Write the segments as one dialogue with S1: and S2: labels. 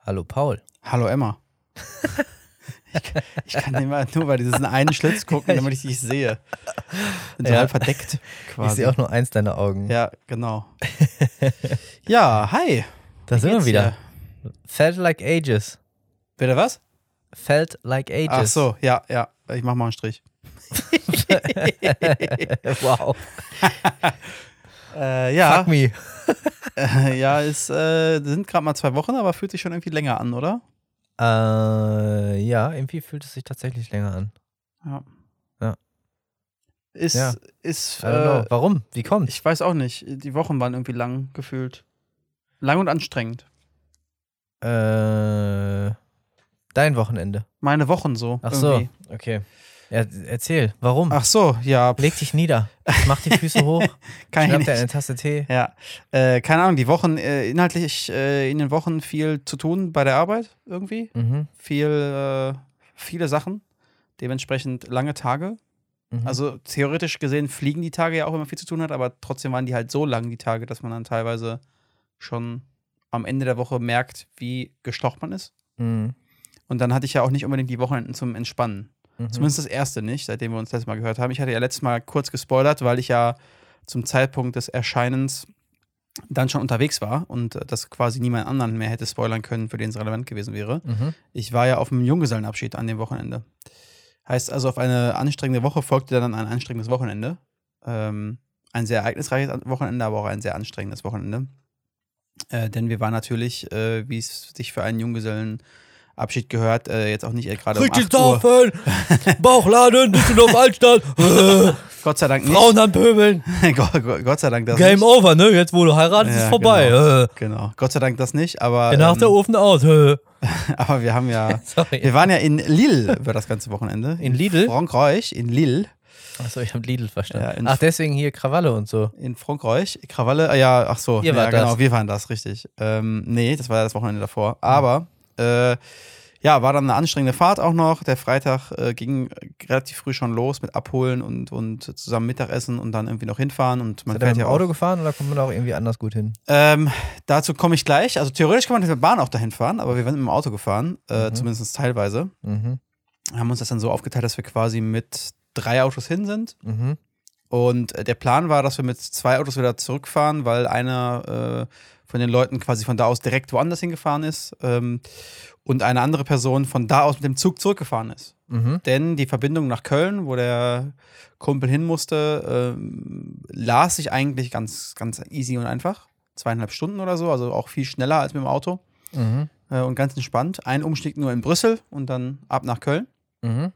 S1: Hallo Paul.
S2: Hallo Emma. ich, kann, ich kann immer nur bei diesen einen Schlitz gucken, damit ich dich sehe. Bin total
S1: Ja.
S2: verdeckt
S1: Ich
S2: quasi.
S1: sehe auch nur eins deiner Augen.
S2: ja, genau. ja, hi.
S1: da sind wir
S2: geht's
S1: wieder.
S2: dir?
S1: Felt like ages.
S2: Bitte was?
S1: Felt like ages.
S2: Ach so, ja, ja. Ich mach mal einen Strich.
S1: wow.
S2: Äh, ja,
S1: Fuck me.
S2: äh, ja, es äh, sind gerade mal zwei Wochen, aber fühlt sich schon irgendwie länger an, oder?
S1: Äh, ja, irgendwie fühlt es sich tatsächlich länger an.
S2: Ja.
S1: Ja.
S2: Ist,
S1: Ja.
S2: ist,
S1: I don't
S2: äh,
S1: know. Warum? Wie kommt's?
S2: ich weiß auch nicht. Die Wochen waren irgendwie lang gefühlt. Lang und anstrengend.
S1: Äh, dein Wochenende.
S2: Meine Wochen so.
S1: Ach
S2: irgendwie.
S1: so. Okay. Ja, erzähl, warum?
S2: Ach so, ja. pff,
S1: Leg dich nieder. Mach die Füße hoch.
S2: kann ich
S1: Schnapp dir
S2: nicht.
S1: eine Tasse Tee.
S2: Ja, äh, keine Ahnung, die Wochen, äh, inhaltlich äh, in den Wochen viel zu tun bei der Arbeit irgendwie.
S1: Mhm.
S2: Viel, äh, viele Sachen, dementsprechend lange Tage.
S1: Mhm.
S2: Also theoretisch gesehen fliegen die Tage ja auch, wenn man viel zu tun hat, aber trotzdem waren die halt so lang, die Tage, dass man dann teilweise schon am Ende der Woche merkt, wie gestocht man ist.
S1: Mhm.
S2: Und dann hatte ich ja auch nicht unbedingt die Wochenenden zum Entspannen.
S1: Mhm.
S2: Zumindest das erste nicht, seitdem wir uns letztes Mal gehört haben. Ich hatte ja letztes Mal kurz gespoilert, weil ich ja zum Zeitpunkt des Erscheinens dann schon unterwegs war und äh, das quasi niemand anderen mehr hätte spoilern können, für den es relevant gewesen wäre.
S1: Mhm.
S2: Ich war ja auf einem Junggesellenabschied an dem Wochenende. Heißt also, auf eine anstrengende Woche folgte dann ein anstrengendes Wochenende. Ähm, ein sehr ereignisreiches An- Wochenende, aber auch ein sehr anstrengendes Wochenende. Äh, denn wir waren natürlich, äh, wie es sich für einen Junggesellenabschied gehört, äh, jetzt auch nicht äh, gerade um 8 Uhr.
S1: Bauchladen, Düsseldorf Altstadt, Äh,
S2: Gott sei Dank nicht.
S1: am Pöbeln.
S2: Gott, Gott Gott sei Dank das nicht.
S1: over, ne? Jetzt, wo du heiratest, Äh,
S2: Ja, genau. Genau. Gott sei Dank das nicht, aber,
S1: Genau,
S2: ähm,
S1: Ofen aus. Äh. Sorry.
S2: aber wir haben ja. Wir waren ja in Lille über das ganze Wochenende.
S1: In Lidl?
S2: Frankreich, in Lille.
S1: Achso, Also, ich habe Lidl
S2: Ja,
S1: verstanden.
S2: in-
S1: Ach, deswegen hier Krawalle und so.
S2: In Frankreich. Krawalle, äh, ja, ach so.
S1: Ihr
S2: ja,
S1: wart
S2: genau,
S1: das.
S2: wir waren das, richtig. Ähm, nee, das war ja das Wochenende davor. Aber äh, ja, war dann eine anstrengende Fahrt auch noch. Der Freitag äh, ging relativ früh schon los mit Abholen und, und zusammen Mittagessen und dann irgendwie noch hinfahren. Und man
S1: Seid ihr mit
S2: fährt
S1: dem
S2: ja auch
S1: Auto gefahren oder kommt man da auch irgendwie anders gut hin?
S2: Ähm, dazu komme ich gleich. Also theoretisch kann man mit der Bahn auch dahin fahren, aber wir sind mit dem Auto gefahren, äh,
S1: Mhm.
S2: zumindest teilweise.
S1: Mhm.
S2: Haben uns das dann so aufgeteilt, dass wir quasi mit drei Autos hin sind.
S1: Mhm.
S2: Und äh, der Plan war, dass wir mit zwei Autos wieder zurückfahren, weil einer äh, von den Leuten quasi von da aus direkt woanders hingefahren ist ähm, und eine andere Person von da aus mit dem Zug zurückgefahren ist.
S1: Mhm.
S2: Denn die Verbindung nach Köln, wo der Kumpel hin musste, ähm, las sich eigentlich ganz, ganz easy und einfach. Zweieinhalb Stunden oder so, also auch viel schneller als mit dem Auto
S1: Mhm.
S2: äh, und ganz entspannt. Ein Umstieg nur in Brüssel und dann ab nach Köln.
S1: Mhm.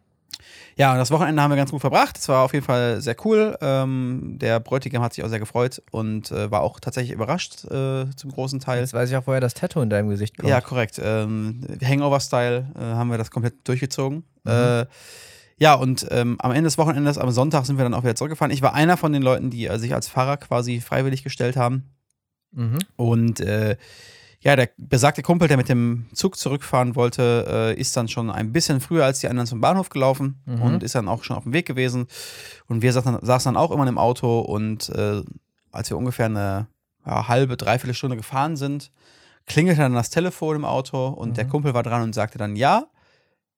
S2: Ja, und das Wochenende haben wir ganz gut verbracht. Es war auf jeden Fall sehr cool. Ähm, der Bräutigam hat sich auch sehr gefreut und äh, war auch tatsächlich überrascht äh, zum großen Teil.
S1: Jetzt weiß ich auch, woher das Tattoo in deinem Gesicht kommt.
S2: Ja, korrekt. Ähm, Hangover-Style äh, haben wir das komplett durchgezogen.
S1: Mhm.
S2: Äh, ja, und ähm, am Ende des Wochenendes, am Sonntag, sind wir dann auch wieder zurückgefahren. Ich war einer von den Leuten, die äh, sich als Fahrer quasi freiwillig gestellt haben.
S1: Mhm.
S2: Und äh, ja, der besagte Kumpel, der mit dem Zug zurückfahren wollte, äh, ist dann schon ein bisschen früher als die anderen zum Bahnhof gelaufen
S1: Mhm.
S2: und ist dann auch schon auf dem Weg gewesen. Und wir saßen, saßen dann auch immer im Auto und äh, als wir ungefähr eine ja, halbe, dreiviertel Stunde gefahren sind, klingelte dann das Telefon im Auto und
S1: Mhm.
S2: der Kumpel war dran und sagte dann, ja,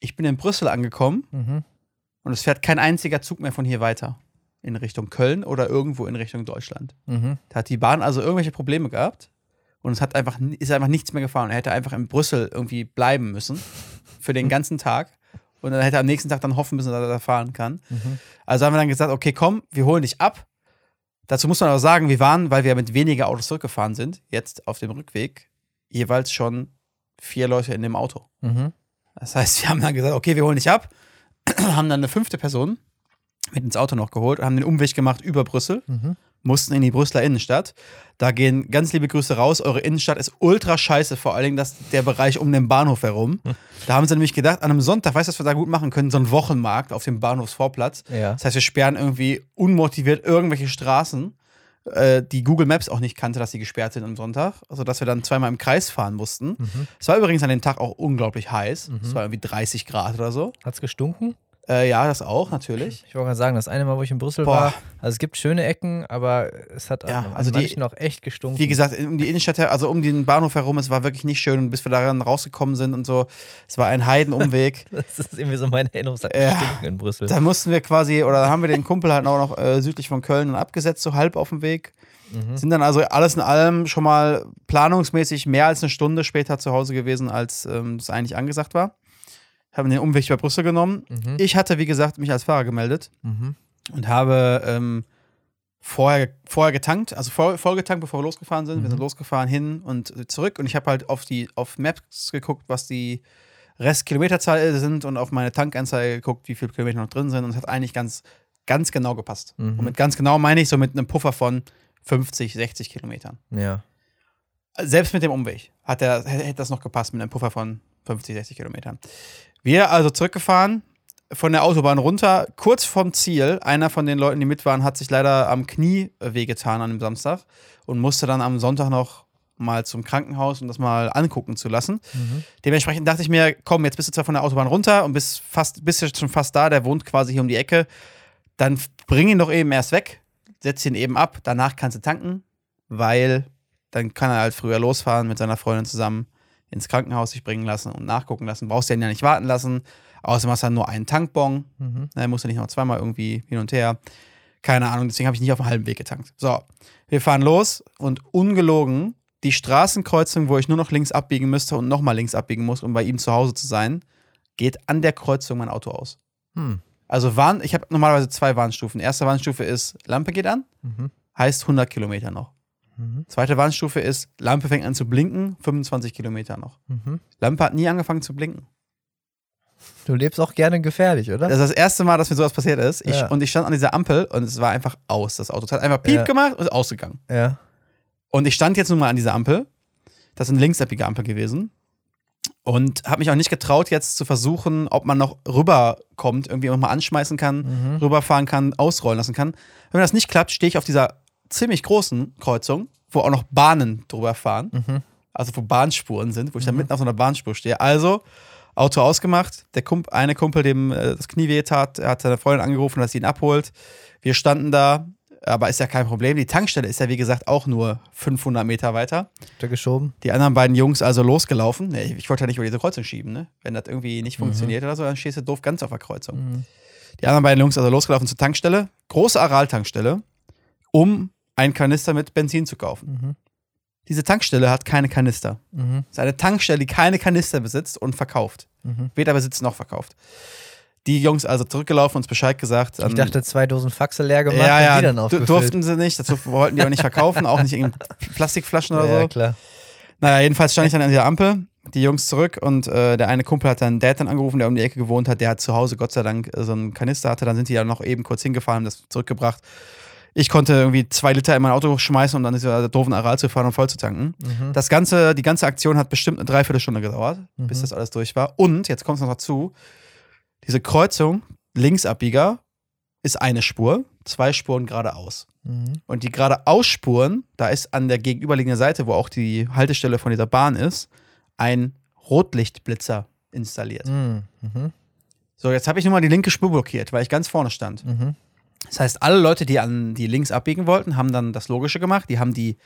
S2: ich bin in Brüssel angekommen
S1: Mhm.
S2: und es fährt kein einziger Zug mehr von hier weiter in Richtung Köln oder irgendwo in Richtung Deutschland.
S1: Mhm.
S2: Da hat die Bahn also irgendwelche Probleme gehabt und es hat einfach, ist einfach nichts mehr gefahren. Er hätte einfach in Brüssel irgendwie bleiben müssen für den ganzen Tag und dann hätte er am nächsten Tag dann hoffen müssen, dass er da fahren kann.
S1: Mhm.
S2: Also haben wir dann gesagt, okay, komm, wir holen dich ab. Dazu muss man aber sagen, wir waren, weil wir mit weniger Autos zurückgefahren sind, jetzt auf dem Rückweg jeweils schon vier Leute in dem Auto.
S1: Mhm.
S2: Das heißt, wir haben dann gesagt, okay, wir holen dich ab, haben dann eine fünfte Person mit ins Auto noch geholt und haben den Umweg gemacht über Brüssel
S1: Mhm.
S2: mussten in die Brüsseler Innenstadt. Da gehen ganz liebe Grüße raus. Eure Innenstadt ist ultra scheiße, vor allen Dingen das, der Bereich um den Bahnhof herum. Da haben sie nämlich gedacht, an einem Sonntag, weißt du, was wir da gut machen können? So einen Wochenmarkt auf dem Bahnhofsvorplatz.
S1: Ja.
S2: Das heißt, wir sperren irgendwie unmotiviert irgendwelche Straßen, äh, die Google Maps auch nicht kannte, dass sie gesperrt sind am Sonntag. Also, dass wir dann zweimal im Kreis fahren mussten.
S1: Mhm.
S2: Es war übrigens an dem Tag auch unglaublich heiß.
S1: Mhm.
S2: Es war irgendwie 30 Grad oder so.
S1: Hat's gestunken?
S2: Äh, ja, das auch, natürlich.
S1: Ich wollte gerade sagen, das eine Mal, wo ich in Brüssel
S2: Boah.
S1: war, also es gibt schöne Ecken, aber es hat
S2: Ja,
S1: an, an
S2: also die-
S1: manchen auch echt gestunken.
S2: Wie gesagt, um die Innenstadt, her- also um den Bahnhof herum, es war wirklich nicht schön. Und bis wir daran rausgekommen sind und so, es war ein Heidenumweg.
S1: das ist irgendwie so meine Erinnerung, es hat
S2: Ja.
S1: gestunken in Brüssel.
S2: da mussten wir quasi, oder da haben wir den Kumpel halt auch noch äh, südlich von Köln dann abgesetzt, so halb auf dem Weg.
S1: Mhm.
S2: Sind dann also alles in allem schon mal planungsmäßig mehr als eine Stunde später zu Hause gewesen, als ähm, das eigentlich angesagt war. Haben den Umweg über Brüssel genommen.
S1: Mhm.
S2: Ich hatte, wie gesagt, mich als Fahrer gemeldet
S1: Mhm.
S2: und habe ähm, vorher, vorher getankt, also vor, vorgetankt, bevor wir losgefahren sind. Wir sind
S1: Mhm.
S2: losgefahren hin und zurück und ich habe halt auf die auf Maps geguckt, was die Restkilometerzahl sind und auf meine Tankanzeige geguckt, wie viele Kilometer noch drin sind und es hat eigentlich ganz ganz genau gepasst.
S1: Mhm.
S2: Und mit ganz genau meine ich so mit einem Puffer von 50, 60 Kilometern.
S1: Ja.
S2: Selbst mit dem Umweg hat der, hätte hätte das noch gepasst mit einem Puffer von 50, 60 Kilometern. Wir also zurückgefahren, von der Autobahn runter, kurz vom Ziel. Einer von den Leuten, die mit waren, hat sich leider am Knie äh, wehgetan an dem Samstag und musste dann am Sonntag noch mal zum Krankenhaus, um das mal angucken zu lassen.
S1: Mhm.
S2: Dementsprechend dachte ich mir, komm, jetzt bist du zwar von der Autobahn runter und bist, fast, bist ja schon fast da, der wohnt quasi hier um die Ecke, dann f- bring ihn doch eben erst weg, setz ihn eben ab, danach kannst du tanken, weil dann kann er halt früher losfahren mit seiner Freundin zusammen ins Krankenhaus sich bringen lassen und nachgucken lassen, brauchst den ja nicht warten lassen, außerdem hast du dann nur einen Tankbon,
S1: Mhm.
S2: ne, musst du nicht noch zweimal irgendwie hin und her, keine Ahnung, deswegen habe ich nicht auf dem halben Weg getankt. So, wir fahren los und ungelogen die Straßenkreuzung, wo ich nur noch links abbiegen müsste und nochmal links abbiegen muss, um bei ihm zu Hause zu sein, geht an der Kreuzung mein Auto aus.
S1: Hm.
S2: Also Warn, ich habe normalerweise zwei Warnstufen. Erste Warnstufe ist, Lampe geht an,
S1: Mhm.
S2: heißt 100 Kilometer noch.
S1: Mhm.
S2: Zweite Warnstufe ist, Lampe fängt an zu blinken, 25 Kilometer noch.
S1: Mhm.
S2: Lampe hat nie angefangen zu blinken.
S1: Du lebst auch gerne gefährlich, oder?
S2: Das ist das erste Mal, dass mir sowas passiert ist. Ich,
S1: Ja.
S2: Und ich stand an dieser Ampel und es war einfach aus, das Auto. Es hat einfach piep
S1: Ja.
S2: gemacht und ist ausgegangen.
S1: ja.
S2: Und ich stand jetzt nun mal an dieser Ampel. Das ist eine linksabbige Ampel gewesen. Und habe mich auch nicht getraut, jetzt zu versuchen, ob man noch rüberkommt, irgendwie nochmal anschmeißen kann,
S1: Mhm.
S2: rüberfahren kann, ausrollen lassen kann. Wenn das nicht klappt, stehe ich auf dieser ziemlich großen Kreuzung, wo auch noch Bahnen drüber fahren,
S1: Mhm.
S2: also wo Bahnspuren sind, wo ich dann mitten auf so einer Bahnspur stehe. Also, Auto ausgemacht, der Kump eine Kumpel, dem äh, das Knie weh tat, er hat seine Freundin angerufen, dass sie ihn abholt. Wir standen da, aber ist ja kein Problem. Die Tankstelle ist ja, wie gesagt, auch nur 500 Meter weiter.
S1: Habt ihr geschoben?
S2: Die anderen beiden Jungs also losgelaufen. Nee, Ich wollte ja nicht über diese Kreuzung schieben, ne? Wenn das irgendwie nicht funktioniert oder so, dann stehst du doof ganz auf der Kreuzung.
S1: Mhm.
S2: Die anderen beiden Jungs also losgelaufen zur Tankstelle, große Aral-Tankstelle, um einen Kanister mit Benzin zu kaufen.
S1: Mhm.
S2: Diese Tankstelle hat keine Kanister.
S1: Mhm.
S2: Es ist eine Tankstelle, die keine Kanister besitzt und verkauft.
S1: Mhm.
S2: Weder besitzt noch verkauft. Die Jungs also zurückgelaufen, uns Bescheid gesagt. ähm,
S1: Ich dachte, zwei Dosen Faxe leer gemacht
S2: ja,
S1: und
S2: ja,
S1: die dann
S2: du-
S1: aufgefüllt.
S2: durften sie nicht, das wollten die auch nicht verkaufen, auch nicht in Plastikflaschen oder so.
S1: ja, klar.
S2: Naja, jedenfalls stand ich dann an dieser Ampel, die Jungs zurück und äh, der eine Kumpel hat dann Dad dann angerufen, der um die Ecke gewohnt hat. Der hat zu Hause Gott sei Dank äh, so einen Kanister hatte. Dann sind die ja noch eben kurz hingefahren, haben das zurückgebracht. Ich konnte irgendwie zwei Liter in mein Auto schmeißen, um dann dieser doofen Aral zu fahren und voll zu tanken.
S1: Mhm.
S2: Das ganze, die ganze Aktion hat bestimmt eine Dreiviertelstunde gedauert,
S1: Mhm.
S2: bis das alles durch war. Und jetzt kommt es noch dazu: Diese Kreuzung, Linksabbieger, ist eine Spur, zwei Spuren geradeaus.
S1: Mhm.
S2: Und die geradeausspuren, da ist an der gegenüberliegenden Seite, wo auch die Haltestelle von dieser Bahn ist, ein Rotlichtblitzer installiert.
S1: Mhm. Mhm.
S2: So, jetzt habe ich nun mal die linke Spur blockiert, weil ich ganz vorne stand.
S1: Mhm.
S2: Das heißt, alle Leute, die an die links abbiegen wollten, haben dann das Logische gemacht. Die haben die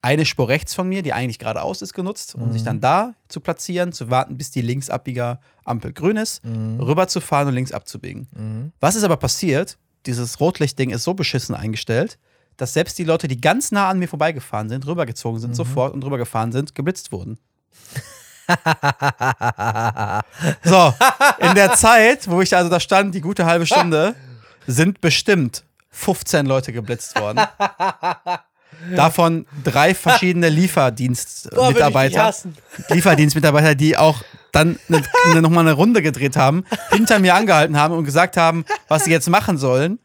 S2: eine Spur rechts von mir, die eigentlich geradeaus ist, genutzt, um
S1: Mhm.
S2: sich dann da zu platzieren, zu warten, bis die linksabbieger Ampel grün ist,
S1: Mhm.
S2: rüberzufahren und links abzubiegen.
S1: Mhm.
S2: Was ist aber passiert? Dieses Rotlichtding ist so beschissen eingestellt, dass selbst die Leute, die ganz nah an mir vorbeigefahren sind, rübergezogen sind, sofort und rübergefahren sind, geblitzt wurden. So, in der Zeit, wo ich also da stand, die gute halbe Stunde, sind bestimmt 15 Leute geblitzt worden. Davon drei verschiedene Lieferdienstmitarbeiter. Lieferdienstmitarbeiter, die auch dann ne, ne, nochmal eine Runde gedreht haben, hinter mir angehalten haben und gesagt haben, was sie jetzt machen sollen.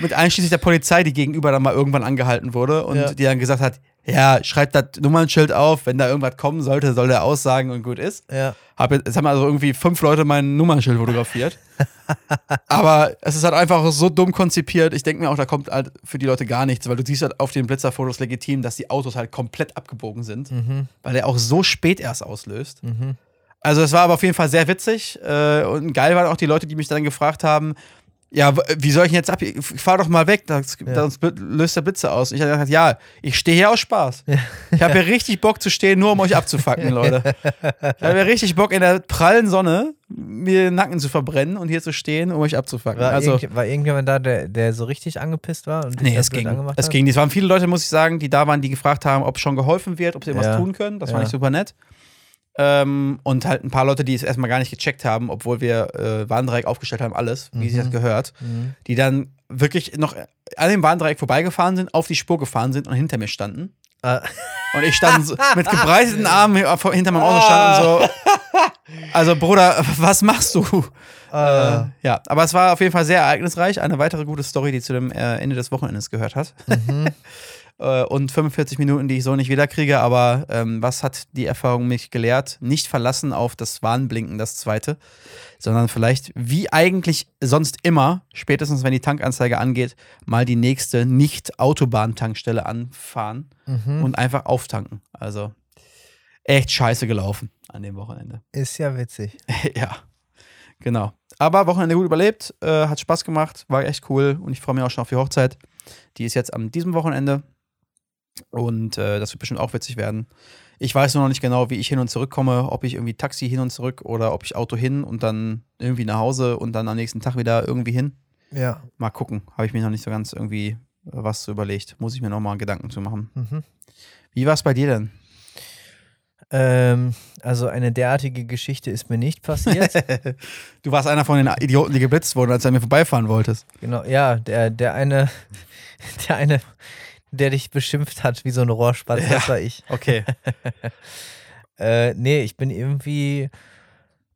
S2: Mit einschließlich der Polizei, die gegenüber dann mal irgendwann angehalten wurde und
S1: Ja.
S2: die dann gesagt hat, ja, schreibt das Nummernschild auf, wenn da irgendwas kommen sollte, soll der aussagen und gut ist.
S1: Ja.
S2: Hab jetzt, jetzt haben also irgendwie fünf Leute mein Nummernschild fotografiert. Aber es ist halt einfach so dumm konzipiert. Ich denke mir auch, da kommt halt für die Leute gar nichts, weil du siehst halt auf den Blitzerfotos legitim, dass die Autos halt komplett abgebogen sind,
S1: Mhm.
S2: weil der auch so spät erst auslöst.
S1: Mhm.
S2: Also es war aber auf jeden Fall sehr witzig äh, und geil waren auch die Leute, die mich dann gefragt haben, ja, w- wie soll ich denn jetzt ab? Fahr doch mal weg, das,
S1: Ja.
S2: sonst bl- löst der Blitze aus. Und ich habe gesagt, ja, ich stehe hier aus Spaß. Ich habe hier richtig Bock zu stehen, nur um euch abzufacken, Leute. Ich habe hier richtig Bock in der prallen Sonne mir den Nacken zu verbrennen und hier zu stehen, um euch abzufacken.
S1: War,
S2: also
S1: irgend, war irgendjemand da, der, der so richtig angepisst war? Und dich
S2: Nee,
S1: da
S2: es
S1: blöd
S2: ging.
S1: angemacht
S2: Es
S1: hat?
S2: ging. Es waren viele Leute, muss ich sagen, die da waren, die gefragt haben, ob schon geholfen wird, ob sie was
S1: Ja.
S2: tun können. Das
S1: Ja.
S2: fand ich super nett. Ähm, und halt ein paar Leute, die es erstmal gar nicht gecheckt haben, obwohl wir äh, Warndreieck aufgestellt haben, alles, wie sich das gehört,
S1: Mhm.
S2: die dann wirklich noch an dem Warndreieck vorbeigefahren sind, auf die Spur gefahren sind und hinter mir standen.
S1: Ah.
S2: Und ich stand so mit gebreiteten Armen hier vor- hinter meinem Auto stand und so. Also, Bruder, was machst du?
S1: Ah.
S2: Äh, ja, aber es war auf jeden Fall sehr ereignisreich. Eine weitere gute Story, die zu dem äh, Ende des Wochenendes gehört hat. äh, und 45 Minuten, die ich so nicht wiederkriege. Aber ähm, was hat die Erfahrung mich gelehrt? Nicht verlassen auf das Warnblinken, das zweite, sondern vielleicht, wie eigentlich sonst immer, spätestens wenn die Tankanzeige angeht, mal die nächste Nicht-Autobahntankstelle anfahren
S1: Mhm.
S2: Äh, und einfach auftanken. Also echt scheiße gelaufen an dem Wochenende.
S1: Ist ja witzig.
S2: Ja, genau. Aber Wochenende gut überlebt, äh, hat Spaß gemacht, war echt cool und ich freue mich auch schon auf die Hochzeit. Die ist jetzt am diesem Wochenende und äh, das wird bestimmt auch witzig werden. Ich weiß nur noch nicht genau, wie ich hin und zurück komme, ob ich irgendwie Taxi hin und zurück oder ob ich Auto hin und dann irgendwie nach Hause und dann am nächsten Tag wieder irgendwie hin.
S1: Ja.
S2: Mal gucken, habe ich mir noch nicht so ganz irgendwie äh, was zu überlegt. Muss ich mir nochmal Gedanken zu machen.
S1: Mhm.
S2: Wie war es bei dir denn?
S1: Ähm, also eine derartige Geschichte ist mir nicht passiert.
S2: Du warst einer von den Idioten, die geblitzt wurden, als du an mir vorbeifahren wolltest.
S1: genau, ja, der, der eine, der eine, der dich beschimpft hat wie so ein Rohrspatz, das war ich.
S2: Okay.
S1: Äh, nee, ich bin irgendwie,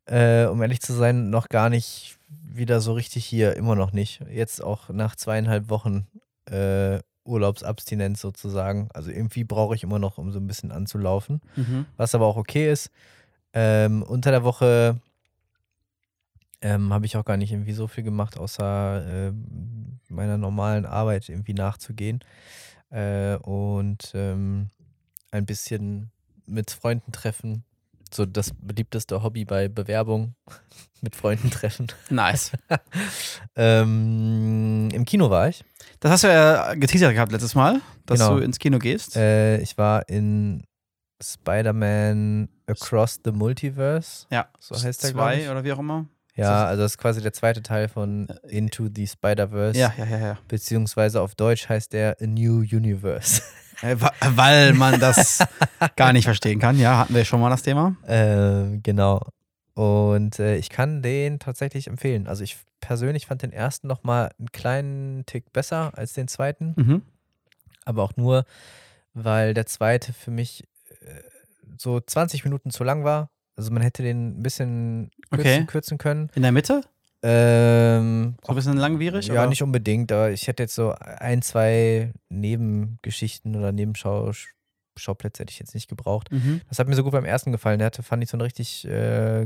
S1: äh, um ehrlich zu sein, noch gar nicht wieder so richtig hier, immer noch nicht. Jetzt auch nach zweieinhalb Wochen äh, Urlaubsabstinenz sozusagen. Also irgendwie brauche ich immer noch, um so ein bisschen anzulaufen.
S2: Mhm.
S1: was aber auch okay ist. Ähm, unter der Woche ähm, habe ich auch gar nicht irgendwie so viel gemacht, außer äh, meiner normalen Arbeit irgendwie nachzugehen äh, und ähm, ein bisschen mit Freunden treffen. So das beliebteste Hobby bei Bewerbung, mit Freunden treffen.
S2: Nice.
S1: Ähm, Im Kino war ich.
S2: Das hast du ja geteasert gehabt letztes Mal, dass
S1: Genau.
S2: du ins Kino gehst.
S1: Äh, ich war in Spider-Man Across the Multiverse.
S2: ja,
S1: so heißt der, glaub ich.
S2: Zwei oder wie auch immer.
S1: Ja, also das ist quasi der zweite Teil von Into the Spider-Verse.
S2: Äh, Ja, ja, ja, ja.
S1: Beziehungsweise auf Deutsch heißt der A New Universe.
S2: Äh, wa- Weil man das gar nicht verstehen kann. Ja, hatten wir schon mal das Thema.
S1: ähm, genau. Und äh, ich kann den tatsächlich empfehlen. Also ich persönlich fand den ersten nochmal einen kleinen Tick besser als den zweiten.
S2: Mhm.
S1: aber auch nur, weil der zweite für mich äh, so 20 Minuten zu lang war. Also man hätte den ein bisschen kürzen,
S2: Okay.
S1: kürzen können.
S2: In der Mitte?
S1: Ähm,
S2: So ein bisschen langwierig?
S1: ja,
S2: oder?
S1: nicht unbedingt, aber ich hätte jetzt so ein, zwei Nebengeschichten oder Nebenschauplätze hätte ich jetzt nicht gebraucht.
S2: Mhm.
S1: Das hat mir so gut beim ersten gefallen. Der hatte, fand ich so ein richtig, äh,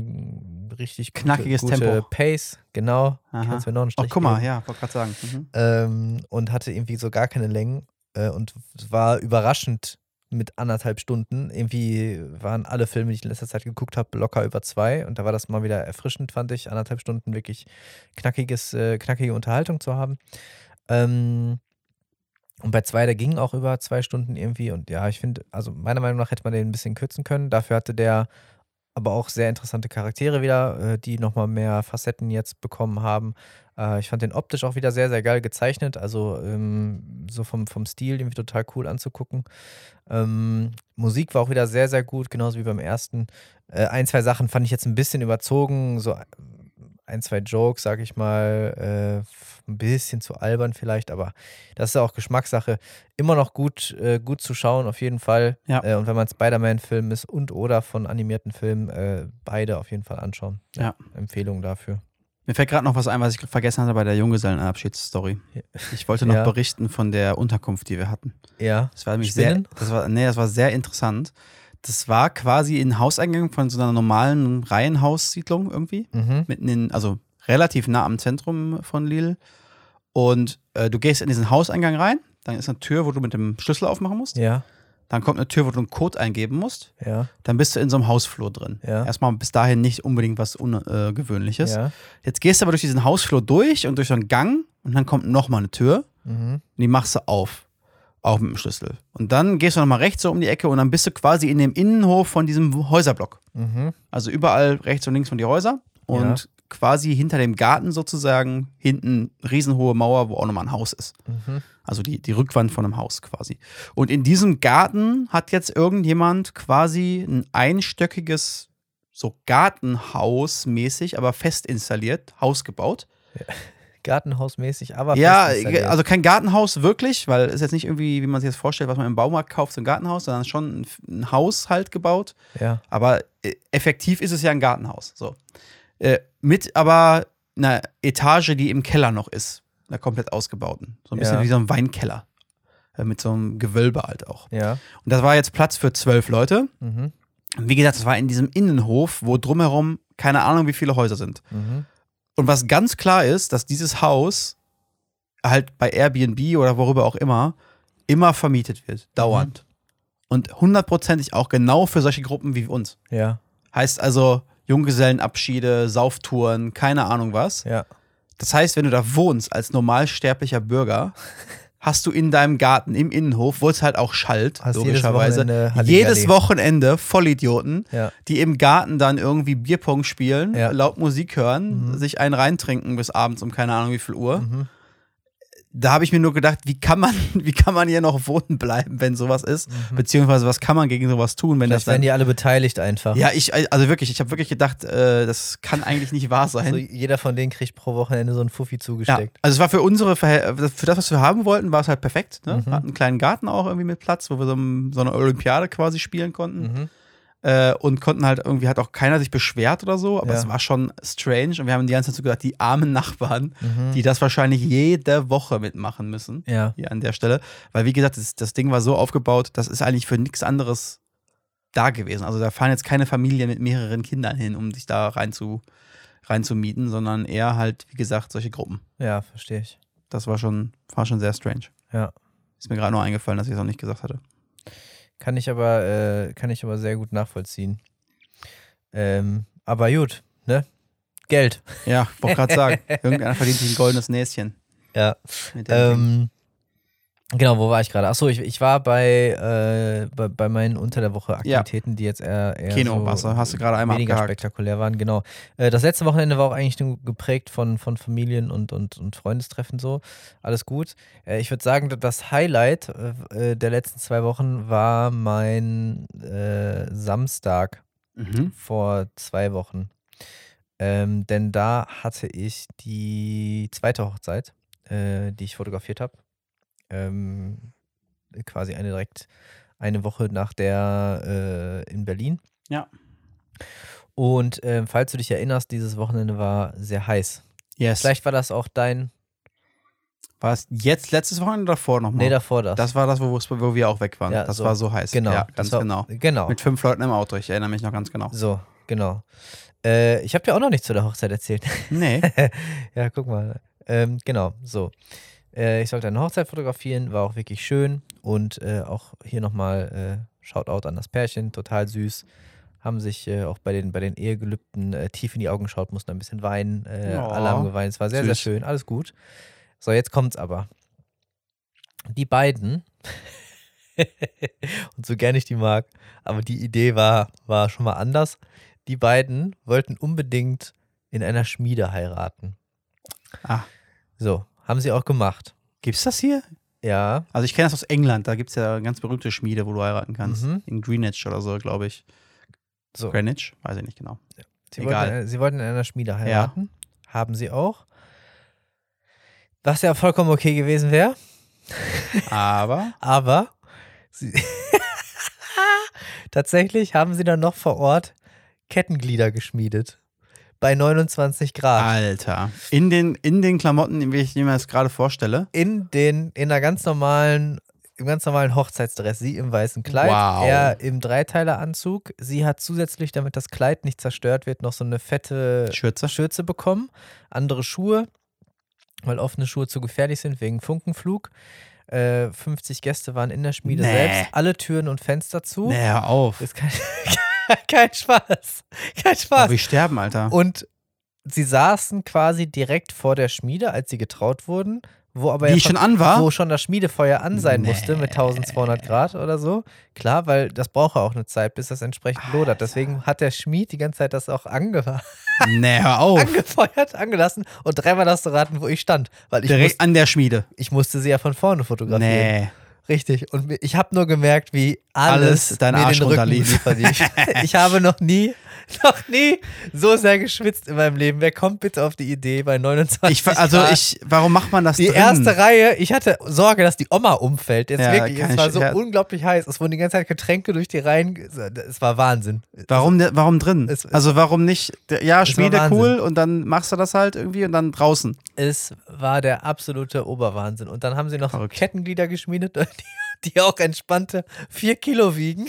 S1: richtig gute-
S2: Knackiges
S1: gute
S2: Tempo.
S1: Pace, genau.
S2: Aha.
S1: Kannst mir noch einen
S2: Oh,
S1: Strich
S2: guck mal,
S1: geben
S2: ja, wollte gerade sagen. Mhm.
S1: ähm, und hatte irgendwie so gar keine Längen äh, und es war überraschend mit anderthalb Stunden. Irgendwie waren alle Filme, die ich in letzter Zeit geguckt habe, locker über zwei und da war das mal wieder erfrischend, fand ich, anderthalb Stunden wirklich knackiges, äh, knackige Unterhaltung zu haben. Ähm, und bei zwei, der ging auch über zwei Stunden irgendwie und ja, ich finde, also meiner Meinung nach hätte man den ein bisschen kürzen können. Dafür hatte der aber auch sehr interessante Charaktere wieder, äh, die nochmal mehr Facetten jetzt bekommen haben. Äh, ich fand den optisch auch wieder sehr, sehr geil gezeichnet. Also ähm, so vom, vom Stil irgendwie total cool anzugucken. Ähm, Musik war auch wieder sehr, sehr gut, genauso wie beim ersten. Äh, ein, zwei Sachen fand ich jetzt ein bisschen überzogen. So äh, ein, zwei Jokes, sag ich mal. Äh, f- ein bisschen zu albern vielleicht, aber das ist ja auch Geschmackssache. Immer noch gut, äh, gut zu schauen, auf jeden Fall.
S2: Ja.
S1: Äh, und wenn man Spider-Man-Film ist und oder von animierten Filmen, äh, beide auf jeden Fall anschauen.
S2: Ja.
S1: Empfehlung dafür.
S2: Mir fällt gerade noch was ein, was ich vergessen hatte bei der Junggesellenabschiedsstory.
S1: Ja.
S2: Ich wollte noch
S1: Ja.
S2: berichten von der Unterkunft, die wir hatten.
S1: Ja.
S2: Das war nämlich
S1: Spinnen?
S2: sehr, das war, nee, das war sehr interessant. Das war quasi ein Hauseingang von so einer normalen Reihenhaussiedlung irgendwie.
S1: Mhm.
S2: mitten in, also relativ nah am Zentrum von Lille. Und äh, du gehst in diesen Hauseingang rein, dann ist eine Tür, wo du mit dem Schlüssel aufmachen musst.
S1: Ja.
S2: Dann kommt eine Tür, wo du einen Code eingeben musst.
S1: Ja.
S2: Dann bist du in so einem Hausflur drin.
S1: Ja.
S2: Erstmal bis dahin nicht unbedingt was Ungewöhnliches.
S1: Ja.
S2: Jetzt gehst du aber durch diesen Hausflur durch und durch so einen Gang und dann kommt nochmal eine Tür
S1: Mhm.
S2: und die machst du auf. Auch mit dem Schlüssel. Und dann gehst du nochmal rechts so um die Ecke und dann bist du quasi in dem Innenhof von diesem Häuserblock.
S1: Mhm.
S2: Also überall rechts und links von die Häuser und
S1: Ja.
S2: quasi hinter dem Garten sozusagen hinten riesenhohe Mauer, wo auch nochmal ein Haus ist.
S1: Mhm.
S2: Also die, die Rückwand von einem Haus quasi. Und in diesem Garten hat jetzt irgendjemand quasi ein einstöckiges, so Gartenhaus mäßig, aber fest installiert, Haus gebaut.
S1: Gartenhausmäßig, aber.
S2: ja,
S1: fest installiert.
S2: also kein Gartenhaus wirklich, weil es ist jetzt nicht irgendwie, wie man sich jetzt vorstellt, was man im Baumarkt kauft, so ein Gartenhaus, sondern schon ein, ein Haus halt gebaut.
S1: Ja.
S2: Aber äh, effektiv ist es ja ein Gartenhaus. So. Äh, mit aber einer Etage, die im Keller noch ist. Einer komplett ausgebauten. So ein bisschen
S1: Ja.
S2: wie so ein Weinkeller. Äh, mit so einem Gewölbe halt auch.
S1: Ja.
S2: Und das war jetzt Platz für zwölf Leute.
S1: Mhm.
S2: Und wie gesagt, das war in diesem Innenhof, wo drumherum keine Ahnung, wie viele Häuser sind.
S1: Mhm.
S2: Und was ganz klar ist, dass dieses Haus halt bei Airbnb oder worüber auch immer immer vermietet wird. Dauernd. Und hundertprozentig auch genau für solche Gruppen wie uns.
S1: Ja.
S2: Heißt also Junggesellenabschiede, Sauftouren, keine Ahnung was.
S1: Ja.
S2: Das heißt, wenn du da wohnst als normalsterblicher Bürger, hast du in deinem Garten im Innenhof, wo es halt auch schallt,
S1: Hast jedes
S2: logischerweise,
S1: Wochenende Halligalli.
S2: jedes Wochenende Vollidioten,
S1: Ja.
S2: die im Garten dann irgendwie Bierpong spielen,
S1: Ja.
S2: laut Musik hören,
S1: Mhm.
S2: sich einen reintrinken bis abends um keine Ahnung wie viel Uhr.
S1: Mhm.
S2: Da habe ich mir nur gedacht, wie kann man, wie kann man hier noch wohnen bleiben, wenn sowas ist? Beziehungsweise was kann man gegen sowas tun, wenn
S1: Mhm.
S2: das
S1: Vielleicht
S2: dann
S1: werden die alle beteiligt einfach.
S2: ja, ich, also wirklich, ich habe wirklich gedacht, äh, das kann eigentlich nicht wahr sein.
S1: Also jeder von denen kriegt pro Wochenende so einen Fuffi
S2: ja,
S1: zugesteckt.
S2: also es war für unsere, Verhäl- für das, was wir haben wollten, war es halt perfekt. Ne?
S1: Mhm.
S2: Hatten einen kleinen Garten auch irgendwie mit Platz, wo wir so, ein- so eine Olympiade quasi spielen konnten.
S1: Mhm.
S2: Äh, und konnten halt irgendwie, hat auch keiner sich beschwert oder so, aber
S1: Ja.
S2: es war schon strange. Und wir haben die ganze Zeit so gedacht, die armen Nachbarn,
S1: Mhm.
S2: die das wahrscheinlich jede Woche mitmachen müssen.
S1: Ja.
S2: Hier an der Stelle. Weil, wie gesagt, das, das Ding war so aufgebaut, das ist eigentlich für nichts anderes da gewesen. Also da fahren jetzt keine Familien mit mehreren Kindern hin, um sich da rein zu, rein zu mieten, sondern eher halt, wie gesagt, solche Gruppen.
S1: Ja, verstehe ich.
S2: Das war schon, war schon sehr strange.
S1: Ja.
S2: Ist mir gerade nur eingefallen, dass ich es auch nicht gesagt hatte.
S1: Kann ich aber, äh, kann ich aber sehr gut nachvollziehen. Ähm, aber gut, ne? Geld.
S2: Ja, wollte gerade sagen, irgendeiner verdient sich ein goldenes Näschen.
S1: Ja.
S2: Mit dem Ding.
S1: Ähm, genau, wo war ich gerade? Achso, ich, ich war bei, äh, bei, bei meinen Unter der Woche Aktivitäten, die jetzt eher, eher
S2: Kino
S1: so
S2: warst du, hast du gerade einmal
S1: weniger
S2: abgehakt.
S1: spektakulär waren, genau. Äh, das letzte Wochenende war auch eigentlich nur geprägt von, von Familien und, und, und Freundestreffen so. Alles gut. Äh, ich würde sagen, das Highlight äh, der letzten zwei Wochen war mein äh, Samstag
S2: Mhm.
S1: vor zwei Wochen. Ähm, denn da hatte ich die zweite Hochzeit, äh, die ich fotografiert habe. Ähm, quasi eine direkt eine Woche nach der äh, in Berlin.
S2: Ja.
S1: Und ähm, falls du dich erinnerst, dieses Wochenende war sehr heiß.
S2: Yes.
S1: Vielleicht war das auch dein.
S2: War es jetzt letztes Wochenende oder davor nochmal?
S1: Nee, davor das.
S2: Genau. das war das, wo, wo wir auch weg waren.
S1: Ja,
S2: das
S1: so.
S2: war so heiß.
S1: genau.
S2: Ja,
S1: das
S2: ganz
S1: war,
S2: genau.
S1: Genau.
S2: Mit fünf Leuten im Auto, ich erinnere mich noch ganz genau.
S1: So, genau. Äh, ich habe dir auch noch nichts zu der Hochzeit erzählt.
S2: Nee.
S1: Ja, guck mal. Ähm, genau, so. Äh, ich sollte eine Hochzeit fotografieren, war auch wirklich schön. Und äh, auch hier nochmal äh, Shoutout an das Pärchen, total süß. Haben sich äh, auch bei den, bei den Ehegelübden äh, tief in die Augen geschaut, mussten ein bisschen weinen. Äh,
S2: Oh,
S1: alle haben geweint, es war sehr, sehr
S2: süß.
S1: schön, alles gut. So, jetzt kommt's aber. Die beiden, und so gerne ich die mag, aber die Idee war, war schon mal anders. Die beiden wollten unbedingt in einer Schmiede heiraten.
S2: Ah.
S1: So, haben sie auch gemacht.
S2: Gibt's das hier?
S1: Ja,
S2: Also ich kenne das aus England, da gibt es ja eine ganz berühmte Schmiede, wo du heiraten kannst.
S1: Mhm.
S2: In Greenwich oder so, glaube ich.
S1: so.
S2: Greenwich? Weiß ich nicht genau.
S1: Sie,
S2: egal.
S1: Wollten, sie wollten in einer Schmiede heiraten. Haben sie auch. Was ja vollkommen okay gewesen wäre,
S2: Aber
S1: aber sie tatsächlich haben sie dann noch vor Ort Kettenglieder geschmiedet. Bei 29 Grad.
S2: Alter. In den, in den Klamotten, in welchen ich mir das gerade vorstelle.
S1: In den, in einer ganz normalen, im ganz normalen Hochzeitsdress. Sie im weißen Kleid,
S2: Wow.
S1: er im Dreiteileranzug. Sie hat zusätzlich, damit das Kleid nicht zerstört wird, noch so eine fette
S2: Schürze.
S1: Schürze bekommen, andere Schuhe, weil offene Schuhe zu gefährlich sind wegen Funkenflug. Äh, Äh, 50 Gäste waren in der Schmiede
S2: Nee.
S1: selbst, alle Türen und Fenster zu.
S2: Nee, hör auf.
S1: Das ist kein, kein Spaß. Kein
S2: Oh,
S1: Spaß.
S2: wir sterben, Alter.
S1: Und sie saßen quasi direkt vor der Schmiede, als sie getraut wurden, wo aber
S2: Die
S1: ja
S2: ich schon an war.
S1: wo schon das Schmiedefeuer an sein
S2: Nee.
S1: musste mit 1200 Grad oder so. Klar, weil das braucht ja auch eine Zeit, bis das entsprechend
S2: Ah,
S1: lodert. Deswegen hat der Schmied die ganze Zeit das auch ange
S2: Nee, hör auf.
S1: angefeuert, angelassen und dreimal darfst du raten, wo ich stand, weil ich,
S2: Direkt
S1: muss,
S2: an der Schmiede.
S1: ich musste sie ja von vorne fotografieren.
S2: Nee.
S1: Richtig. Und mir- ich habe nur gemerkt, wie alles,
S2: Alles deinen
S1: mir
S2: Arsch
S1: den Rücken
S2: runterlief.
S1: geliefert lief. Ich habe noch nie, noch nie so sehr geschwitzt in meinem Leben. Wer kommt bitte auf die Idee bei 29
S2: Ich, ver- also
S1: Grad?
S2: ich, warum macht man das
S1: Die
S2: drin?
S1: erste Reihe, ich hatte Sorge, dass die Oma umfällt. Jetzt
S2: Ja,
S1: wirklich, es
S2: kein
S1: war so
S2: Scherz.
S1: unglaublich heiß. Es wurden die ganze Zeit Getränke durch die Reihen. ge- Es war Wahnsinn.
S2: Warum, ne- warum drin?
S1: Es- es-
S2: also warum nicht? Der- Ja,
S1: Es war
S2: Schmiede
S1: Wahnsinn.
S2: cool und dann machst du das halt irgendwie und dann draußen.
S1: Es war der absolute Oberwahnsinn. Und dann haben sie noch
S2: Verrückt.
S1: Kettenglieder geschmiedet, die, die auch entspannte 4 Kilo wiegen,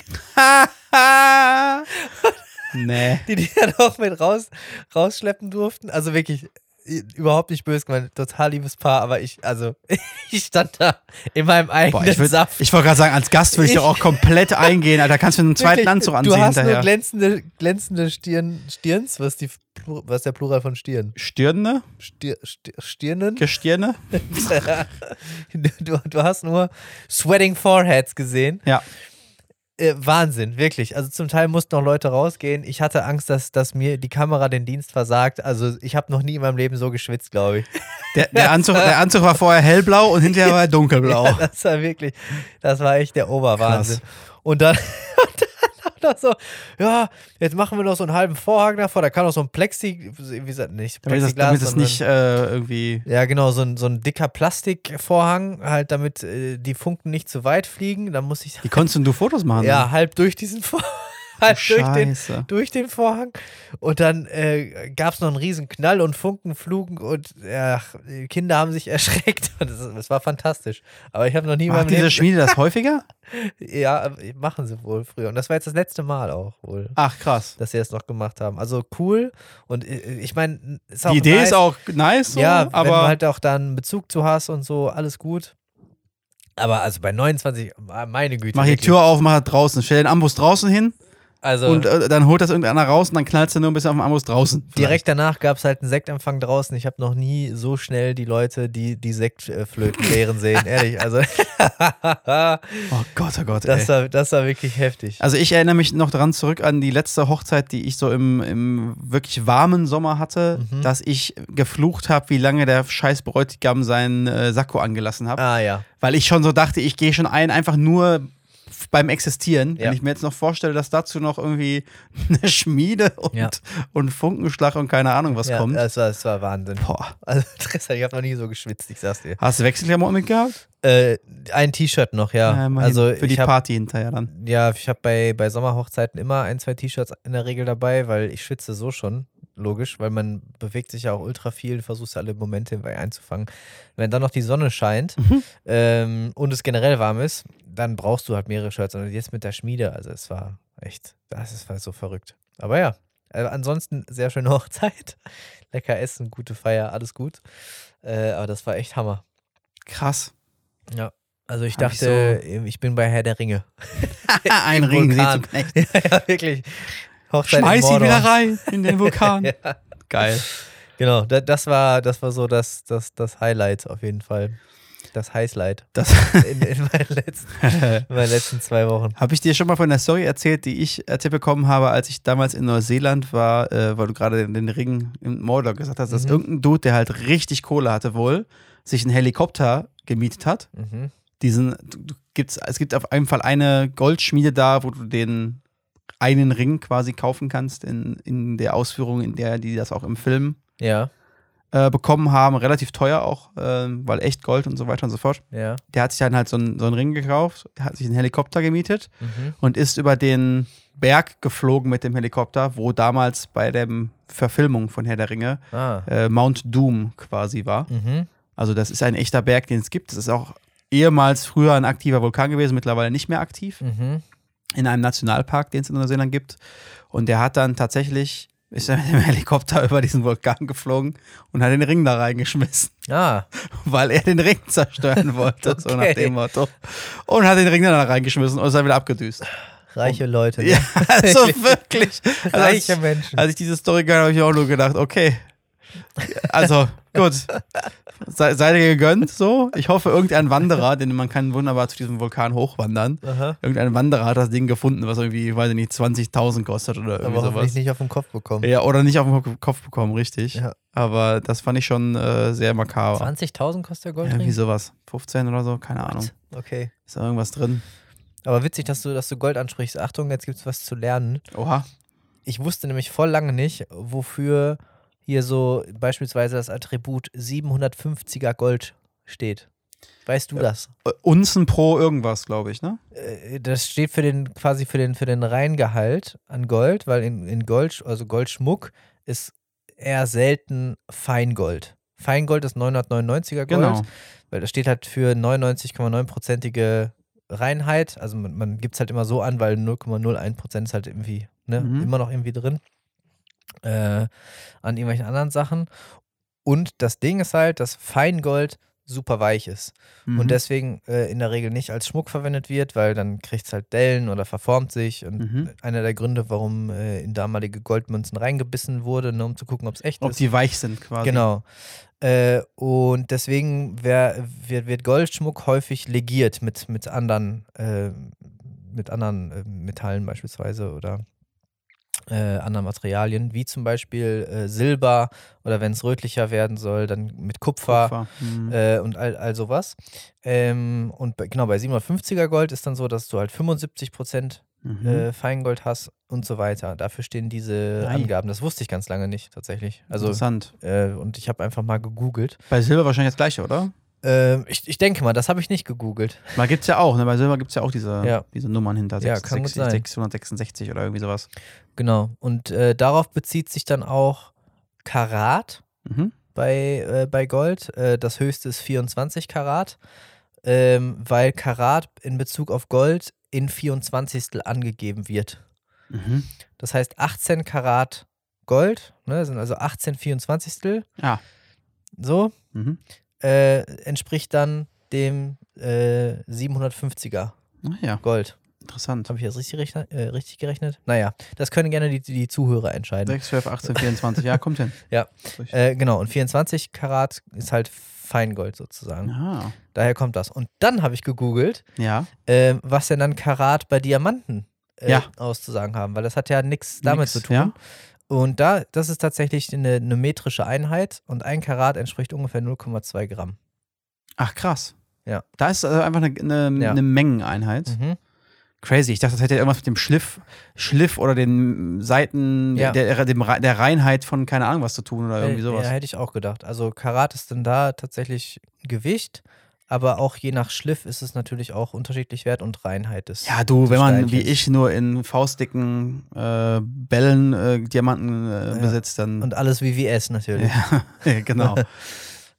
S2: nee.
S1: die die dann auch mit raus, rausschleppen durften. Also wirklich i- überhaupt nicht böse gemeint, total liebes Paar, aber ich, also, ich stand da in meinem eigenen
S2: Boah, ich würd-
S1: Saft.
S2: ich wollte gerade sagen, als Gast würde ich, doch auch komplett eingehen, Alter. Kannst du mir einen zweiten
S1: Wirklich,
S2: Anzug
S1: Du
S2: anziehen
S1: hast nur
S2: hinterher?
S1: glänzende, glänzende Stirn, Stirns, was, die, Plu- was der Plural von Stirn?
S2: Stirne?
S1: Stir, Stir, Stirnen?
S2: Gestirne?
S1: du, du hast nur Sweating Foreheads gesehen.
S2: Ja.
S1: Äh, Wahnsinn, wirklich. Also zum Teil mussten noch Leute rausgehen. Ich hatte Angst, dass, dass mir die Kamera den Dienst versagt. Also ich habe noch nie in meinem Leben so geschwitzt, glaube ich.
S2: Der, der, Anzug, der Anzug war vorher hellblau und hinterher war er dunkelblau.
S1: Das war wirklich, das war echt der Oberwahnsinn. Und dann, und dann auch noch so, ja, jetzt machen wir noch so einen halben Vorhang davor, da kann auch so ein Plexi, wie gesagt, nicht
S2: Damit
S1: Plexiglas,
S2: das, damit das
S1: sondern-
S2: nicht äh, irgendwie.
S1: Ja, genau, so ein, so ein dicker Plastikvorhang, halt damit äh, die Funken nicht zu weit fliegen. Dann muss ich
S2: Wie konntest denn du Fotos machen?
S1: ja halb durch diesen Vorhang, halb durch den,
S2: Scheiße.
S1: durch den Vorhang. Und dann äh, gab es noch einen riesen Knall und Funken flogen und ach, die Kinder haben sich erschreckt. Und das, das war fantastisch. Aber ich habe noch nie in meinem
S2: Macht diese
S1: Leben,
S2: Schmiede das häufiger?
S1: Ja, äh, machen sie wohl früher. Und das war jetzt das letzte Mal auch wohl.
S2: Ach, krass.
S1: Dass sie das noch gemacht haben. Also cool. Und äh, ich meine,
S2: Die Idee ist auch nice, so,
S1: ja, wenn du
S2: aber
S1: halt auch da einen Bezug zu hast und so, alles gut. Aber also bei 29, meine Güte.
S2: mach die
S1: wirklich.
S2: Tür auf, mach das draußen. Stell den Ambus draußen hin
S1: Also
S2: und äh, dann holt das irgendeiner raus und dann knallst du nur ein bisschen auf den Ambus draußen. Vielleicht.
S1: direkt danach gab es halt einen Sektempfang draußen. Ich habe noch nie so schnell die Leute, die die Sektflöten leeren sehen. Ehrlich, also
S2: Oh Gott, oh Gott.
S1: das
S2: Ey.
S1: war, das war wirklich heftig.
S2: Also ich erinnere mich noch dran zurück an die letzte Hochzeit, die ich so im, im wirklich warmen Sommer hatte,
S1: Mhm.
S2: dass ich geflucht habe, wie lange der scheiß Bräutigam seinen äh, Sakko angelassen hat.
S1: Ah ja.
S2: Weil ich schon so dachte, ich gehe schon ein, einfach nur f- beim Existieren.
S1: Ja.
S2: Wenn ich mir jetzt noch vorstelle, dass dazu noch irgendwie eine Schmiede und,
S1: Ja.
S2: und Funkenschlag und keine Ahnung was
S1: ja äh,
S2: kommt.
S1: Das, war, das war Wahnsinn.
S2: Boah.
S1: Also Tristan, ich habe noch nie so geschwitzt, ich sag's dir.
S2: Hast du Wechselklamotten mitgehabt?
S1: Äh, ein T-Shirt noch, ja.
S2: immerhin.
S1: also
S2: Für die
S1: ich hab,
S2: Party hinterher dann.
S1: Ja, ich habe bei, bei Sommerhochzeiten immer ein, zwei T-Shirts in der Regel dabei, weil ich schwitze so schon, logisch, weil man bewegt sich ja auch ultra viel, versuchst alle Momente bei einzufangen. Wenn dann noch die Sonne scheint ähm, und es generell warm ist, dann brauchst du halt mehrere Shirts. Und jetzt mit der Schmiede, also es war echt, das ist war so verrückt. Aber ja, äh, ansonsten sehr schöne Hochzeit. Lecker essen, gute Feier, alles gut. Äh, aber das war echt Hammer.
S2: Krass.
S1: Also ich
S2: Hab ich
S1: dachte, ich bin bei Herr der Ringe.
S2: ein
S1: Im
S2: Ring, sie
S1: Vulkan.
S2: zu knechten.
S1: ja, ja, wirklich. Hochzeit in
S2: Schmeiß ihn
S1: Mordor.
S2: wieder rein in den Vulkan.
S1: Ja,
S2: Geil.
S1: genau, da, das war, das war so das, das, das Highlight auf jeden Fall. Das Highlight
S2: Das
S1: in, in, meinen letzten, in meinen letzten zwei Wochen.
S2: Habe ich dir schon mal von der Story erzählt, die ich erzählt bekommen habe, als ich damals in Neuseeland war, äh, weil du gerade den, den Ring im Mordor gesagt hast, dass
S1: Mhm.
S2: irgendein Dude, der halt richtig Kohle hatte wohl, sich einen Helikopter gemietet hat.
S1: Mhm.
S2: Diesen, du, du, gibt's, es gibt auf jeden Fall eine Goldschmiede da, wo du den einen Ring quasi kaufen kannst in, in der Ausführung, in der die das auch im Film
S1: Ja,
S2: äh, bekommen haben. Relativ teuer auch, äh, weil echt Gold und so weiter und so fort.
S1: ja.
S2: Der hat sich dann halt so einen, so einen Ring gekauft, hat sich einen Helikopter gemietet
S1: Mhm.
S2: und ist über den Berg geflogen mit dem Helikopter, wo damals bei der Verfilmung von Herr der Ringe
S1: Ah.
S2: äh, Mount Doom quasi war.
S1: Mhm.
S2: Also das ist ein echter Berg, den es gibt. Es ist auch ehemals früher ein aktiver Vulkan gewesen, mittlerweile nicht mehr aktiv,
S1: Mhm.
S2: in einem Nationalpark, den es in Neuseeland gibt. Und der hat dann tatsächlich ist er mit dem Helikopter über diesen Vulkan geflogen und hat den Ring da reingeschmissen,
S1: Ah,
S2: weil er den Ring zerstören wollte, so nach
S1: Okay.
S2: dem Motto. Und hat den Ring dann da reingeschmissen und ist dann wieder abgedüst.
S1: reiche Leute. Ne?
S2: Ja, also wirklich. Also als
S1: Reiche
S2: ich-
S1: Menschen.
S2: Als ich diese Story gehört habe, habe ich auch nur gedacht, okay. Also, gut. Sei, seid ihr gegönnt so? Ich hoffe, irgendein Wanderer, denn man kann wunderbar zu diesem Vulkan hochwandern.
S1: Aha.
S2: Irgendein Wanderer hat das Ding gefunden, was irgendwie, weiß ich nicht, 20.000 kostet oder irgendwie
S1: Aber hoffentlich
S2: sowas.
S1: nicht auf den Kopf bekommen.
S2: Ja, oder nicht auf den Kopf- Kopf bekommen, richtig.
S1: Ja.
S2: Aber das fand ich schon äh, sehr makaber.
S1: 20.000 kostet der Goldring?
S2: Irgendwie sowas. 15 oder so, keine Ahnung.
S1: Okay.
S2: Ist da irgendwas drin?
S1: Aber witzig, dass du, dass du Gold ansprichst. Achtung, jetzt gibt's was zu lernen.
S2: Oha.
S1: Ich wusste nämlich voll lange nicht, wofür hier so beispielsweise das Attribut 750er Gold steht. Weißt du das?
S2: Äh, Unzen pro irgendwas, glaube ich, ne?
S1: Äh, Das steht für den quasi für den für den Reingehalt an Gold, weil in, in Gold, also Goldschmuck ist eher selten Feingold. Feingold ist 999er Gold.
S2: Genau.
S1: weil das steht halt für 99,9%ige Reinheit. Also man, man gibt es halt immer so an, weil 0,01% ist halt irgendwie ne,
S2: Mhm.
S1: immer noch irgendwie drin äh, an irgendwelchen anderen Sachen. Und das Ding ist halt, dass Feingold super weich ist
S2: Mhm.
S1: und deswegen äh, in der Regel nicht als Schmuck verwendet wird, weil dann kriegt es halt Dellen oder verformt sich. Und
S2: Mhm.
S1: einer der Gründe, warum äh, in damalige Goldmünzen reingebissen wurde, ne, um zu gucken, ob es echt
S2: Ob
S1: ist.
S2: die weich sind quasi.
S1: Genau. Äh, und deswegen wer, wird, wird Goldschmuck häufig legiert mit, mit anderen, äh, mit anderen äh, Metallen beispielsweise oder äh, anderen Materialien, wie zum Beispiel äh, Silber oder wenn es rötlicher werden soll, dann mit Kupfer.
S2: Kupfer. Mhm.
S1: Äh, und all, all sowas. Ähm, und bei, genau, bei 750er Gold ist dann so, dass du halt 75 Prozent
S2: Mhm.
S1: äh, Feingold hast und so weiter. Dafür stehen diese
S2: Ei.
S1: Angaben. Das wusste ich ganz lange nicht tatsächlich. Also
S2: Interessant.
S1: äh, und ich habe einfach mal gegoogelt.
S2: Bei Silber wahrscheinlich das gleiche, oder?
S1: Ähm, ich, ich denke mal, das habe ich nicht gegoogelt.
S2: Mal gibt's ja auch, ne? Bei Silber gibt's ja auch diese,
S1: Ja.
S2: diese Nummern hinter
S1: Ja, kann gut sein.
S2: 666 oder irgendwie sowas.
S1: Genau. Und äh, darauf bezieht sich dann auch Karat
S2: Mhm.
S1: bei, äh, bei Gold. Äh, das höchste ist 24 Karat, ähm, weil Karat in Bezug auf Gold in 24. angegeben wird.
S2: Mhm.
S1: Das heißt 18 Karat Gold, ne, sind also 18 24.
S2: Ja.
S1: So,
S2: Mhm.
S1: äh, entspricht dann dem äh, 750er
S2: Ach Ah ja,
S1: Gold.
S2: interessant.
S1: Habe ich das richtig, rechne, äh, richtig gerechnet? Naja, das können gerne die, die Zuhörer entscheiden.
S2: 6, 12, 18, 24. Ja, kommt hin.
S1: Ja.
S2: Richtig.
S1: Äh, genau, und 24 Karat ist halt Feingold sozusagen.
S2: Aha.
S1: Daher kommt das. Und dann habe ich gegoogelt,
S2: Ah, Ja.
S1: ähm, was denn dann Karat bei Diamanten äh,
S2: Ja.
S1: auszusagen haben, weil das hat ja nichts damit
S2: Nix,
S1: zu tun.
S2: Ja.
S1: Und da, das ist tatsächlich eine, eine metrische Einheit und ein Karat entspricht ungefähr 0,2 Gramm.
S2: Ach, krass.
S1: Ja.
S2: Da ist also einfach eine, eine,
S1: Ja.
S2: eine Mengeneinheit.
S1: Mhm.
S2: Crazy. Ich dachte, das hätte ja irgendwas mit dem Schliff, Schliff oder den Seiten,
S1: Ja.
S2: der, dem, Re- der Reinheit von keine Ahnung was zu tun oder irgendwie
S1: Äh,
S2: sowas.
S1: Ja, hätte ich auch gedacht. Also Karat ist dann da tatsächlich Gewicht, aber auch je nach Schliff ist es natürlich auch unterschiedlich wert und Reinheit ist.
S2: Ja, du, wenn man wie
S1: Steinchen.
S2: ich nur in faustdicken äh, Bällen äh, Diamanten äh,
S1: Ja.
S2: besitzt, dann.
S1: Und alles VVS natürlich.
S2: ja, genau.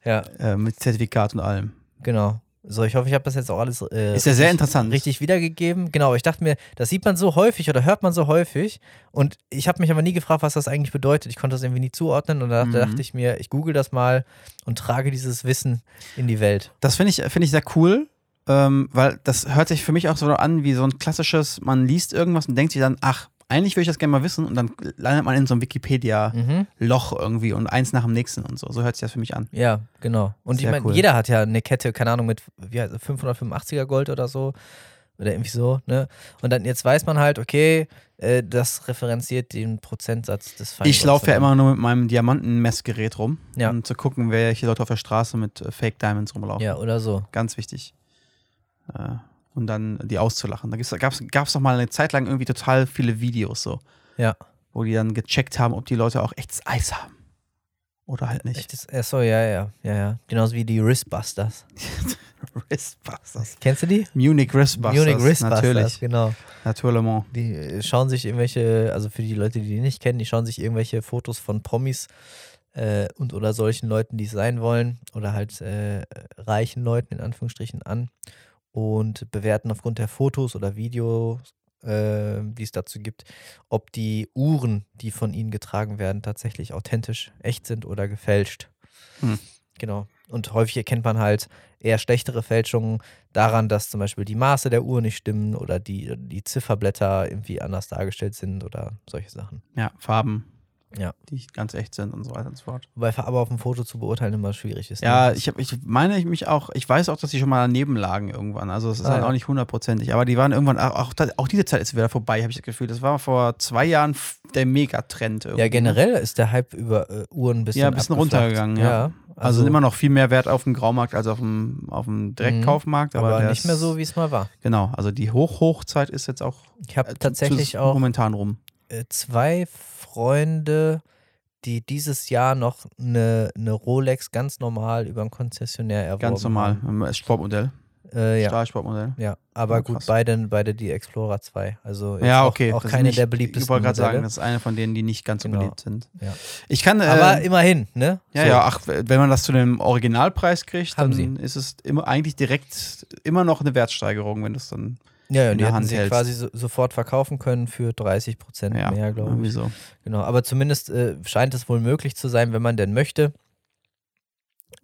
S1: Ja,
S2: äh, mit Zertifikat und allem.
S1: genau. So, ich hoffe, ich habe das jetzt auch alles äh,
S2: Ist ja sehr
S1: richtig-
S2: interessant.
S1: richtig wiedergegeben. Genau, aber ich dachte mir, das sieht man so häufig oder hört man so häufig. Und ich habe mich aber nie gefragt, was das eigentlich bedeutet. Ich konnte das irgendwie nie zuordnen. Und da
S2: Mhm.
S1: dachte ich mir, ich google das mal und trage dieses Wissen in die Welt.
S2: Das finde ich, finde ich sehr cool, ähm, weil das hört sich für mich auch so an wie so ein klassisches, man liest irgendwas und denkt sich dann, ach, eigentlich würde ich das gerne mal wissen und dann landet man in so einem Wikipedia-Loch
S1: Mhm.
S2: irgendwie und eins nach dem nächsten und so. So hört sich das für mich an.
S1: Ja, genau. Und ich
S2: Sehr
S1: meine,
S2: cool.
S1: jeder hat ja eine Kette, keine Ahnung, mit wie heißt, es, 585er Gold oder so. Oder irgendwie so, ne? Und dann jetzt weiß man halt, okay, äh, das referenziert den Prozentsatz des Feingolds.
S2: Ich laufe ja
S1: dann.
S2: immer nur mit meinem Diamantenmessgerät rum,
S1: Ja.
S2: um zu gucken, welche Leute auf der Straße mit äh, Fake Diamonds rumlaufen.
S1: Ja, oder so.
S2: Ganz wichtig. Äh, und dann die auszulachen. Da gab es doch mal eine Zeit lang irgendwie total viele Videos so,
S1: Ja.
S2: wo die dann gecheckt haben, ob die Leute auch echtes Eis haben. Oder halt nicht.
S1: Echtes, äh, so, ja, ja, ja, ja. Genauso wie die Wristbusters.
S2: Wristbusters.
S1: Kennst du die?
S2: Munich Wristbusters.
S1: Munich Wristbusters,
S2: Natürlich.
S1: genau.
S2: Natürlich.
S1: Die äh, schauen sich irgendwelche, also für die Leute, die die nicht kennen, die schauen sich irgendwelche Fotos von Promis äh, und oder solchen Leuten, die es sein wollen, oder halt äh, reichen Leuten in Anführungsstrichen an und bewerten aufgrund der Fotos oder Videos äh, die es dazu gibt, ob die Uhren, die von ihnen getragen werden, tatsächlich authentisch, echt sind oder gefälscht.
S2: Hm.
S1: Genau. Und häufig erkennt man halt eher schlechtere Fälschungen daran, dass zum Beispiel die Maße der Uhr nicht stimmen oder die, die Zifferblätter irgendwie anders dargestellt sind oder solche Sachen.
S2: Ja, Farben.
S1: Ja.
S2: Die ganz echt sind und so weiter und so fort.
S1: Wobei aber auf dem Foto zu beurteilen immer schwierig ist. ne?
S2: Ja, ich, hab, ich meine ich mich auch, ich weiß auch, dass die schon mal daneben lagen irgendwann. Also es ist
S1: Ah,
S2: halt
S1: ja.
S2: auch nicht hundertprozentig. Aber die waren irgendwann, auch, auch, auch diese Zeit ist wieder vorbei, habe ich das Gefühl. Das war vor zwei Jahren f- der Megatrend irgendwie.
S1: Ja, generell ist der Hype über äh, Uhren ein bisschen
S2: Ja, ein bisschen
S1: abgeflacht.
S2: runtergegangen, ja.
S1: also, Mhm.
S2: Also, sind immer noch viel mehr Wert auf dem Graumarkt als auf dem, auf dem Direktkaufmarkt.
S1: aber,
S2: Aber, der
S1: nicht mehr
S2: ist-
S1: so, wie es mal war.
S2: Genau, also die Hoch-Hochzeit ist jetzt auch
S1: Ich habe
S2: äh,
S1: tatsächlich
S2: zu-
S1: auch
S2: momentan rum.
S1: äh, zwei Freunde, die dieses Jahr noch eine, eine Rolex ganz normal über einen Konzessionär erworben
S2: Ganz normal. im Sportmodell.
S1: haben. Äh, ja.
S2: Stahlsportmodell.
S1: ja, aber
S2: Ja,
S1: gut,
S2: krass.
S1: beide, beide die Explorer 2. Also jetzt
S2: Ja, okay.
S1: auch, auch
S2: das ist
S1: keine
S2: nicht-
S1: der beliebtesten
S2: Ich wollte gerade sagen,
S1: Modelle.
S2: das ist eine von denen, die nicht ganz so
S1: Genau.
S2: beliebt sind.
S1: Ja.
S2: Ich kann. Äh,
S1: aber immerhin, ne?
S2: ja,
S1: So.
S2: ja, ach, wenn man das zu dem Originalpreis kriegt,
S1: Haben
S2: dann ist es immer, eigentlich direkt immer noch eine Wertsteigerung, wenn das dann.
S1: ja, ja die
S2: in der
S1: hätten
S2: Hand
S1: sie
S2: hältst.
S1: quasi so, sofort verkaufen können für 30 Prozent
S2: Ja,
S1: mehr, glaube ich.
S2: irgendwie so.
S1: Genau, aber zumindest äh, scheint es wohl möglich zu sein, wenn man denn möchte.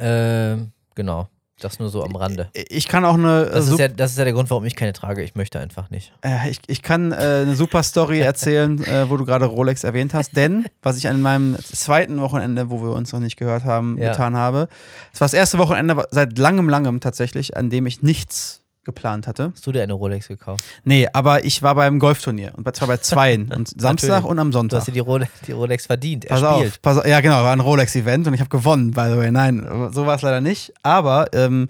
S1: Ähm, genau, das nur so am Rande.
S2: Ich kann auch eine. äh,
S1: Das ist,
S2: Sup-
S1: ja, das ist ja der Grund, warum ich keine trage. Ich möchte einfach nicht.
S2: äh, ich, ich kann äh, eine super Story erzählen, äh, wo du gerade Rolex erwähnt hast, denn was ich an meinem zweiten Wochenende, wo wir uns noch nicht gehört haben,
S1: Ja.
S2: getan habe, das war das erste Wochenende seit langem, langem tatsächlich, an dem ich nichts geplant hatte.
S1: Hast du dir eine Rolex gekauft?
S2: Nee, aber ich war beim Golfturnier und zwar bei zweien und Samstag und am
S1: Du
S2: Sonntag.
S1: hast dir die, Role die Rolex verdient.
S2: Pass
S1: erspielt.
S2: auf, pass auf, ja genau, war ein Rolex-Event und ich habe gewonnen, by the way. Nein, so war es leider nicht. Aber ähm,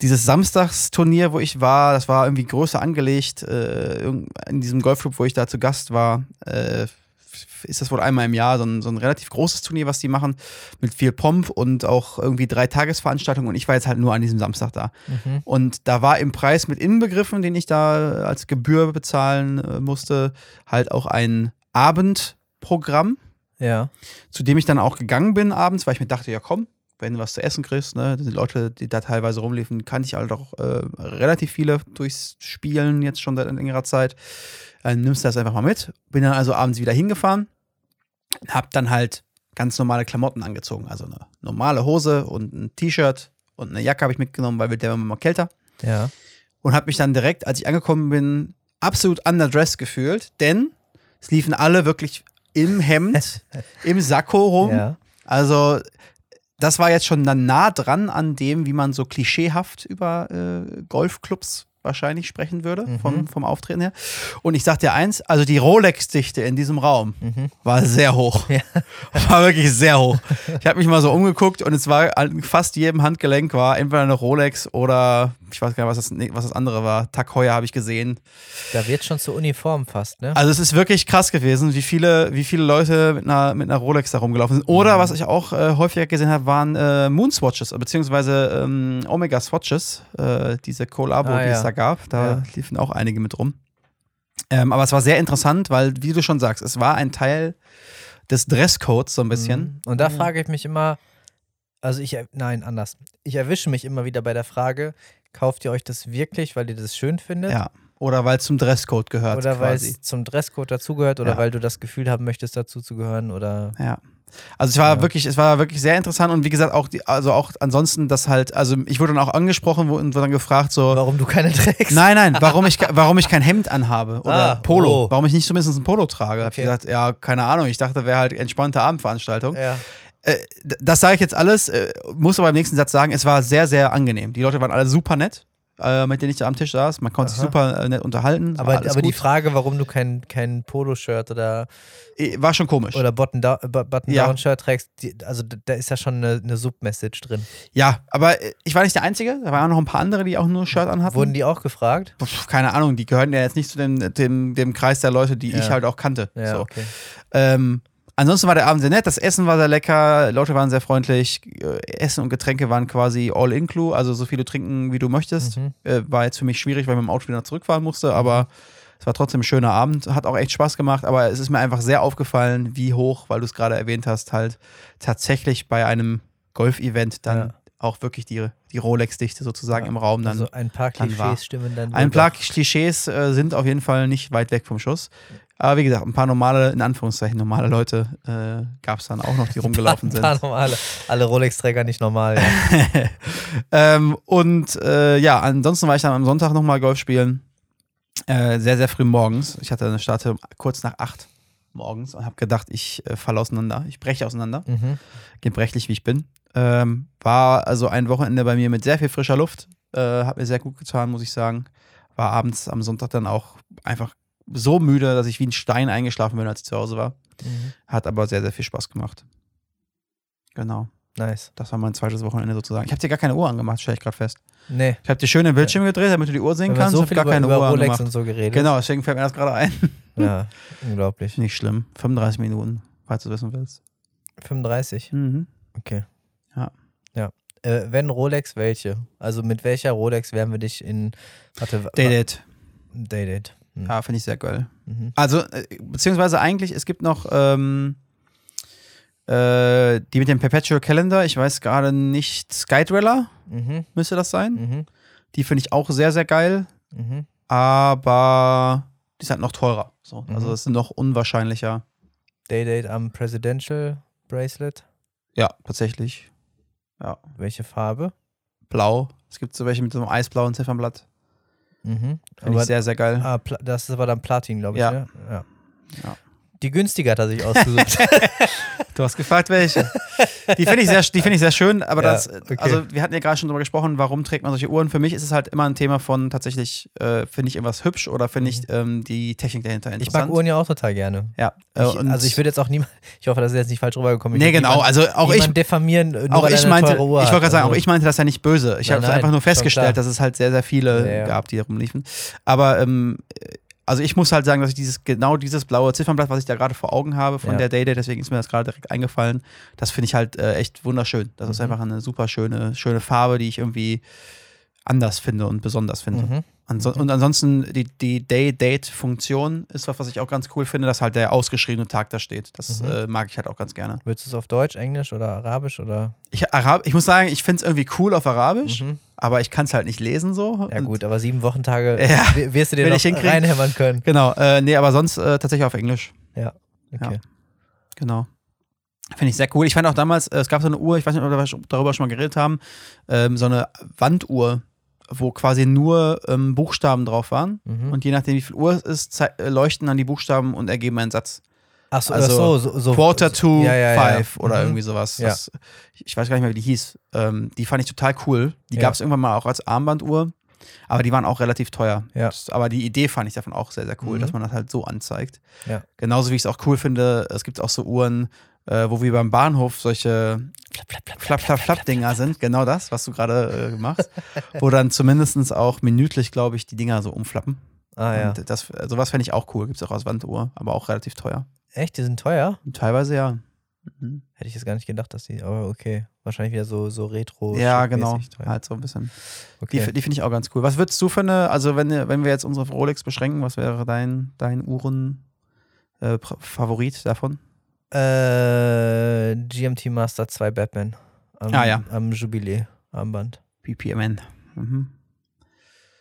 S2: dieses Samstagsturnier, wo ich war, das war irgendwie größer angelegt. Äh, irgend- in diesem Golfclub, wo ich da zu Gast war, äh, f- ist das wohl einmal im Jahr so ein, so ein relativ großes Turnier, was die machen, mit viel Pomp und auch irgendwie drei Tagesveranstaltungen. Und ich war jetzt halt nur an diesem Samstag da.
S1: Mhm.
S2: Und da war im Preis mit inbegriffen, den ich da als Gebühr bezahlen äh, musste, halt auch ein Abendprogramm
S1: Ja.
S2: zu dem ich dann auch gegangen bin abends, weil ich mir dachte, ja komm, wenn du was zu essen kriegst, ne, die Leute, die da teilweise rumliefen, kannte ich halt auch äh, relativ viele durchs Spielen jetzt schon seit längerer Zeit. Äh, nimmst du das einfach mal mit. Bin dann also abends wieder hingefahren, hab dann halt ganz normale Klamotten angezogen, also eine normale Hose und ein T-Shirt und eine Jacke habe ich mitgenommen, weil wird der immer mal kälter
S1: Ja.
S2: und habe mich dann direkt, als ich angekommen bin, absolut underdressed gefühlt, denn es liefen alle wirklich im Hemd, im Sakko rum.
S1: ja.
S2: Also, das war jetzt schon dann nah dran an dem, wie man so klischeehaft über äh, Golfclubs wahrscheinlich sprechen würde,
S1: Mhm.
S2: vom, vom Auftreten her. Und ich sag dir eins, also die Rolex-Dichte in diesem Raum
S1: Mhm.
S2: war sehr hoch.
S1: Ja.
S2: War wirklich sehr hoch. Ich habe mich mal so umgeguckt und es war an fast jedem Handgelenk war entweder eine Rolex oder ich weiß gar nicht, was das, nee, was das andere war. Tag Heuer habe ich gesehen.
S1: Da wird schon zur Uniform fast, ne?
S2: Also es ist wirklich krass gewesen, wie viele, wie viele Leute mit einer, mit einer Rolex da rumgelaufen sind.
S1: Mhm.
S2: Oder was ich auch äh, häufiger gesehen habe, waren äh, Moonswatches, äh, beziehungsweise ähm, Omega Swatches, äh, diese Kollabo,
S1: Ah,
S2: die es
S1: ja.
S2: da gab. Da
S1: Ja.
S2: liefen auch einige mit rum. Ähm, aber es war sehr interessant, weil, wie du schon sagst, es war ein Teil des Dresscodes so ein bisschen.
S1: Und da frage ich mich immer, also ich, er- nein, anders. Ich erwische mich immer wieder bei der Frage, kauft ihr euch das wirklich, weil ihr das schön findet?
S2: Ja. Oder weil es zum Dresscode gehört.
S1: Mhm. Oder weil
S2: quasi.
S1: es zum Dresscode dazugehört oder
S2: Ja.
S1: weil du das Gefühl haben möchtest, dazu zu gehören oder
S2: Ja. Also es war
S1: Ja.
S2: wirklich, es war wirklich sehr interessant und wie gesagt, auch die, also auch ansonsten, das halt, also ich wurde dann auch angesprochen wo- und wurde dann gefragt, so,
S1: warum du keine trägst.
S2: Nein, nein, warum ich, ke- warum ich kein Hemd anhabe oder
S1: Ah,
S2: Polo.
S1: oh.
S2: Warum ich nicht zumindest ein Polo trage. Hab ich
S1: Okay.
S2: gesagt, ja, keine Ahnung, ich dachte, wäre halt entspannte Abendveranstaltung.
S1: Ja.
S2: Äh, d- das sage ich jetzt alles, äh, muss aber im nächsten Satz sagen, es war sehr, sehr angenehm. Die Leute waren alle super nett, äh, mit denen ich da am Tisch saß. Man konnte sich
S1: Aha.
S2: super äh, nett unterhalten. es war
S1: Aber,
S2: alles
S1: aber die
S2: gut.
S1: Frage, warum du kein, kein Poloshirt oder,
S2: Äh, war schon komisch.
S1: oder Button-Down-Shirt
S2: Ja.
S1: trägst, die, also d- da ist ja schon eine, eine Sub-Message drin.
S2: Ja, aber äh, ich war nicht der Einzige. Da waren auch noch ein paar andere, die auch nur ein Shirt anhatten.
S1: Wurden die auch gefragt?
S2: Pff, keine Ahnung, die gehören ja jetzt nicht zu dem, dem, dem Kreis der Leute, die
S1: Ja.
S2: ich halt auch kannte.
S1: Ja,
S2: so.
S1: okay.
S2: Ähm, ansonsten war der Abend sehr nett, das Essen war sehr lecker, Leute waren sehr freundlich, äh, Essen und Getränke waren quasi all inclu, also so viel du trinken, wie du möchtest.
S1: Mhm.
S2: Äh, war jetzt für mich schwierig, weil ich mit dem Auto wieder zurückfahren musste, aber es war trotzdem ein schöner Abend, hat auch echt Spaß gemacht, aber es ist mir einfach sehr aufgefallen, wie hoch, weil du es gerade erwähnt hast, halt tatsächlich bei einem Golf-Event dann
S1: Ja.
S2: auch wirklich die, die Rolex-Dichte sozusagen im Raum dann.
S1: also ein paar
S2: dann
S1: Klischees
S2: war-
S1: stimmen dann.
S2: ein
S1: wohl
S2: paar
S1: doch.
S2: Klischees äh, sind auf jeden Fall nicht weit weg vom Schuss. Aber wie gesagt, ein paar normale, in Anführungszeichen normale Leute äh, gab es dann auch noch, die rumgelaufen
S1: Ein
S2: sind.
S1: paar normale. Alle Rolex-Träger nicht normal. Ja.
S2: ähm, und äh, ja, ansonsten war ich dann am Sonntag nochmal Golf spielen. Äh, sehr, sehr früh morgens. Ich hatte eine Starte kurz nach acht morgens und habe gedacht, ich äh, falle auseinander. Ich breche auseinander,
S1: mhm.
S2: gebrechlich wie ich bin. Ähm, war also ein Wochenende bei mir mit sehr viel frischer Luft. Äh, hat mir sehr gut getan, muss ich sagen. War abends am Sonntag dann auch einfach so müde, dass ich wie ein Stein eingeschlafen bin, als ich zu Hause war.
S1: Mhm.
S2: Hat aber sehr, sehr viel Spaß gemacht. Genau.
S1: Nice.
S2: Das war mein zweites Wochenende sozusagen. Ich habe dir gar keine Uhr angemacht, stelle ich gerade fest.
S1: Nee.
S2: Ich habe dir schön den Bildschirm gedreht, damit du die Uhr sehen
S1: Wenn man
S2: kannst.
S1: so
S2: ich
S1: viel
S2: habe gar
S1: über,
S2: keine
S1: über
S2: Uhr
S1: Rolex
S2: angemacht.
S1: und so geredet.
S2: Genau, deswegen fällt mir das gerade ein.
S1: Ja, unglaublich.
S2: Nicht schlimm. 35 Minuten, falls du wissen willst.
S1: 35.
S2: Mhm.
S1: Okay.
S2: Ja.
S1: Ja. Äh, wenn Rolex, welche? Also mit welcher Rolex werden wir dich in. Warte, wa-
S2: Dated.
S1: Dated. Hm.
S2: Ja, finde ich sehr geil.
S1: Mhm.
S2: Also, äh, beziehungsweise eigentlich, es gibt noch ähm, äh, die mit dem Perpetual Calendar. Ich weiß gerade nicht. Skydweller
S1: Mhm.
S2: müsste das sein.
S1: Mhm.
S2: Die finde ich auch sehr, sehr geil.
S1: Mhm.
S2: Aber die ist halt noch teurer. So.
S1: Mhm.
S2: Also, das ist noch unwahrscheinlicher.
S1: Dated am Presidential Bracelet.
S2: Ja, tatsächlich.
S1: Welche Farbe?
S2: Blau. Es gibt so welche mit so einem eisblauen Ziffernblatt.
S1: Mhm.
S2: Finde ich sehr, sehr geil.
S1: ah, Pla- das ist aber dann Platin, glaube ich.
S2: Ja.
S1: Ne? Ja.
S2: Ja.
S1: Die günstige hat er sich ausgesucht.
S2: Du hast gefragt, welche. Die finde ich, sehr- die finde ich sehr schön, aber
S1: Ja,
S2: das,
S1: okay.
S2: also wir hatten ja gerade schon drüber gesprochen, warum trägt man solche Uhren? Für mich ist es halt immer ein Thema von tatsächlich, äh, finde ich irgendwas hübsch oder finde ich ähm, die Technik dahinter
S1: Mhm. ich mag
S2: interessant.
S1: Uhren ja auch total gerne.
S2: Ja,
S1: Ich, also ich
S2: will.
S1: würde jetzt auch niemand, ich hoffe, das ist jetzt nicht falsch rübergekommen. Ich
S2: Äh, Nee,
S1: würd
S2: genau,
S1: niemand-
S2: also auch ich,
S1: niemand diffamieren, äh, nur
S2: auch
S1: weil er
S2: ich
S1: eine
S2: meinte, ich
S1: teure Uhr hat.
S2: wollte gerade sagen, auch
S1: Also,
S2: ich meinte das ja nicht böse. Ich
S1: Nein,
S2: habe
S1: nein,
S2: einfach nur
S1: schon klar.
S2: festgestellt, dass es halt sehr, sehr viele
S1: Ja, ja.
S2: gab, die rumliefen. Aber ähm, also ich muss halt sagen, dass ich dieses genau dieses blaue Ziffernblatt, was ich da gerade vor Augen habe von
S1: Ja.
S2: der Dayday, deswegen ist mir das gerade direkt eingefallen. Das finde ich halt äh, echt wunderschön. Das ist
S1: Mhm.
S2: einfach eine super schöne, schöne Farbe, die ich irgendwie anders finde und besonders finde.
S1: Mhm.
S2: Anso Und ansonsten die, die Day-Date-Funktion ist was, was ich auch ganz cool finde, dass halt der ausgeschriebene Tag da steht. Das
S1: Mhm.
S2: äh, mag ich halt auch ganz gerne.
S1: Willst du es auf Deutsch, Englisch oder Arabisch oder?
S2: Ich, Arab ich muss sagen, ich finde es irgendwie cool auf Arabisch,
S1: Mhm.
S2: aber ich kann es halt nicht lesen so.
S1: Ja
S2: Und-
S1: gut, aber sieben Wochentage
S2: Ja,
S1: w- wirst du dir
S2: will
S1: noch
S2: ich hinkriegen.
S1: reinhämmern können.
S2: Genau, äh, nee, aber sonst äh, tatsächlich auf Englisch.
S1: Okay.
S2: Genau. Finde ich sehr cool. Ich fand auch damals, äh, es gab so eine Uhr, ich weiß nicht, ob wir sch- darüber schon mal geredet haben, ähm, so eine Wanduhr, wo quasi nur ähm, Buchstaben drauf waren.
S1: Mhm.
S2: Und je nachdem, wie viel Uhr es ist, zei- äh, leuchten dann die Buchstaben und ergeben einen Satz.
S1: Ach so,
S2: Also,
S1: also, so, so, so
S2: Quarter to
S1: ja, ja, ja.
S2: Five oder
S1: Mhm.
S2: irgendwie sowas.
S1: Ja.
S2: Das, ich ich weiß gar nicht mehr, wie die hieß. Ähm, die fand ich total cool. Die
S1: Ja.
S2: gab es irgendwann mal auch als Armbanduhr, aber die waren auch relativ teuer.
S1: Ja.
S2: Das, aber die Idee fand ich davon auch sehr, sehr cool,
S1: Mhm.
S2: dass man das halt so anzeigt.
S1: Ja.
S2: Genauso wie ich es auch cool finde, es gibt auch so Uhren, äh, wo wir beim Bahnhof solche
S1: Flap, flap, flap.
S2: Flapp, Flapp, Flapp Dinger sind, genau das, was du gerade äh, machst, wo dann zumindest auch minütlich, glaube ich, die Dinger so umflappen.
S1: Ah ja.
S2: Und das, sowas fände ich auch cool. Gibt es auch als Wanduhr, aber auch relativ teuer.
S1: Echt, die sind teuer?
S2: Und teilweise ja. Mhm.
S1: Hätte ich jetzt gar nicht gedacht, dass die, aber okay. Wahrscheinlich wieder so, so retro
S2: Ja, genau.
S1: Teuer.
S2: Halt so ein bisschen. Die,
S1: Okay.
S2: die finde ich auch ganz cool. Was würdest du für eine, also wenn, wenn wir jetzt unsere Rolex beschränken, was wäre dein, dein Uhren-Favorit davon?
S1: Äh, GMT Master 2 Batman. Am,
S2: Ah, ja.
S1: Am Jubiläe, Armband.
S2: BPMN. Mhm.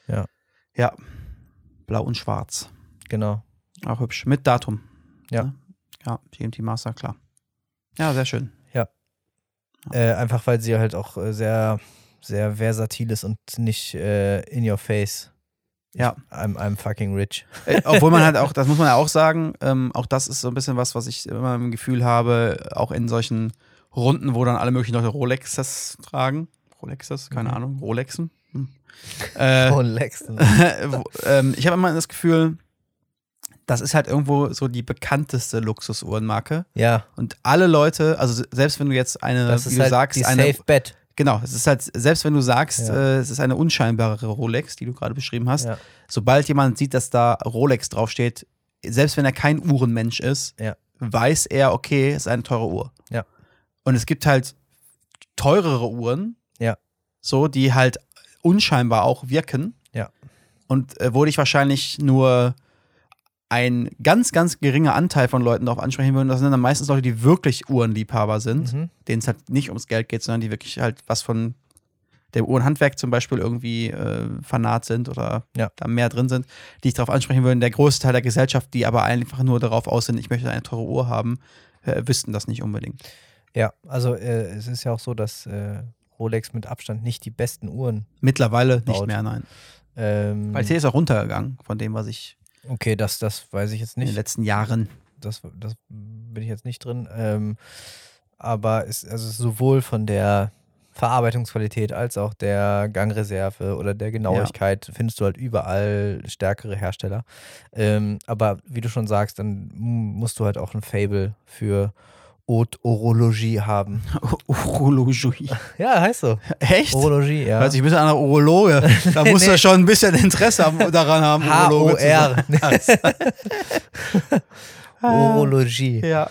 S1: Ja.
S2: Ja. Blau und schwarz.
S1: Genau.
S2: Auch hübsch. Mit Datum.
S1: Ja.
S2: Ne? Ja, GMT Master, klar. Ja, sehr schön.
S1: Äh, einfach weil sie halt auch äh, sehr, sehr versatil ist und nicht äh, in your face.
S2: Ja.
S1: I'm, I'm fucking rich.
S2: Äh, Obwohl man halt auch, das muss man ja auch sagen, ähm, auch das ist so ein bisschen was, was ich immer im Gefühl habe, auch in solchen Runden, wo dann alle möglichen Leute Rolexes tragen. Rolexes, keine
S1: Mhm.
S2: Ahnung, Rolexen. Hm. Äh,
S1: Oh, Lexton.
S2: wo, ähm, ich habe immer das Gefühl, das ist halt irgendwo so die bekannteste Luxusuhrenmarke.
S1: Ja,
S2: Und alle Leute, also se- selbst wenn du jetzt eine,
S1: das
S2: Äh, wie
S1: ist
S2: du
S1: halt
S2: sagst,
S1: die
S2: eine.
S1: Safe Bet.
S2: Genau, es ist halt, selbst wenn du sagst,
S1: Ja.
S2: äh, es ist eine unscheinbarere Rolex, die du gerade beschrieben hast,
S1: Ja.
S2: sobald jemand sieht, dass da Rolex draufsteht, selbst wenn er kein Uhrenmensch ist,
S1: Ja.
S2: weiß er, okay, es ist eine teure Uhr.
S1: Ja.
S2: Und es gibt halt teurere Uhren,
S1: Ja.
S2: so, die halt unscheinbar auch wirken.
S1: Ja.
S2: Und äh, wo dich wahrscheinlich nur ein ganz, ganz geringer Anteil von Leuten darauf ansprechen würden. Das sind dann meistens Leute, die wirklich Uhrenliebhaber sind
S1: Mhm.
S2: denen es halt nicht ums Geld geht, sondern die wirklich halt was von der Uhr- und Handwerk zum Beispiel irgendwie äh, fanat sind oder
S1: Ja.
S2: da mehr drin sind, die ich darauf ansprechen würde. Der große Teil der Gesellschaft, die aber einfach nur darauf aus sind, ich möchte eine teure Uhr haben, äh, wüssten das nicht unbedingt.
S1: Ja, also äh, es ist ja auch so, dass äh, Rolex mit Abstand nicht die besten Uhren.
S2: Mittlerweile nicht
S1: Laut.
S2: mehr, nein.
S1: Ähm,
S2: Qualität ist auch runtergegangen von dem, was ich
S1: okay, das, das weiß ich jetzt
S2: in den
S1: nicht.
S2: letzten Jahren.
S1: Das, das bin ich jetzt nicht drin. Ähm, aber es, also sowohl von der Verarbeitungsqualität als auch der Gangreserve oder der Genauigkeit findest du halt überall stärkere Hersteller. Ähm, aber wie du schon sagst, dann musst du halt auch ein Fable für Haute Orologie haben.
S2: Urologie.
S1: Ja, heißt so.
S2: Echt?
S1: Orologie, ja.
S2: Hört sich ein bisschen an einer Urologe. Da muss
S1: Nee.
S2: er schon ein bisschen Interesse am, daran haben. Urologe zu sein. Ah.
S1: H-O-R. Urologie.
S2: Ja.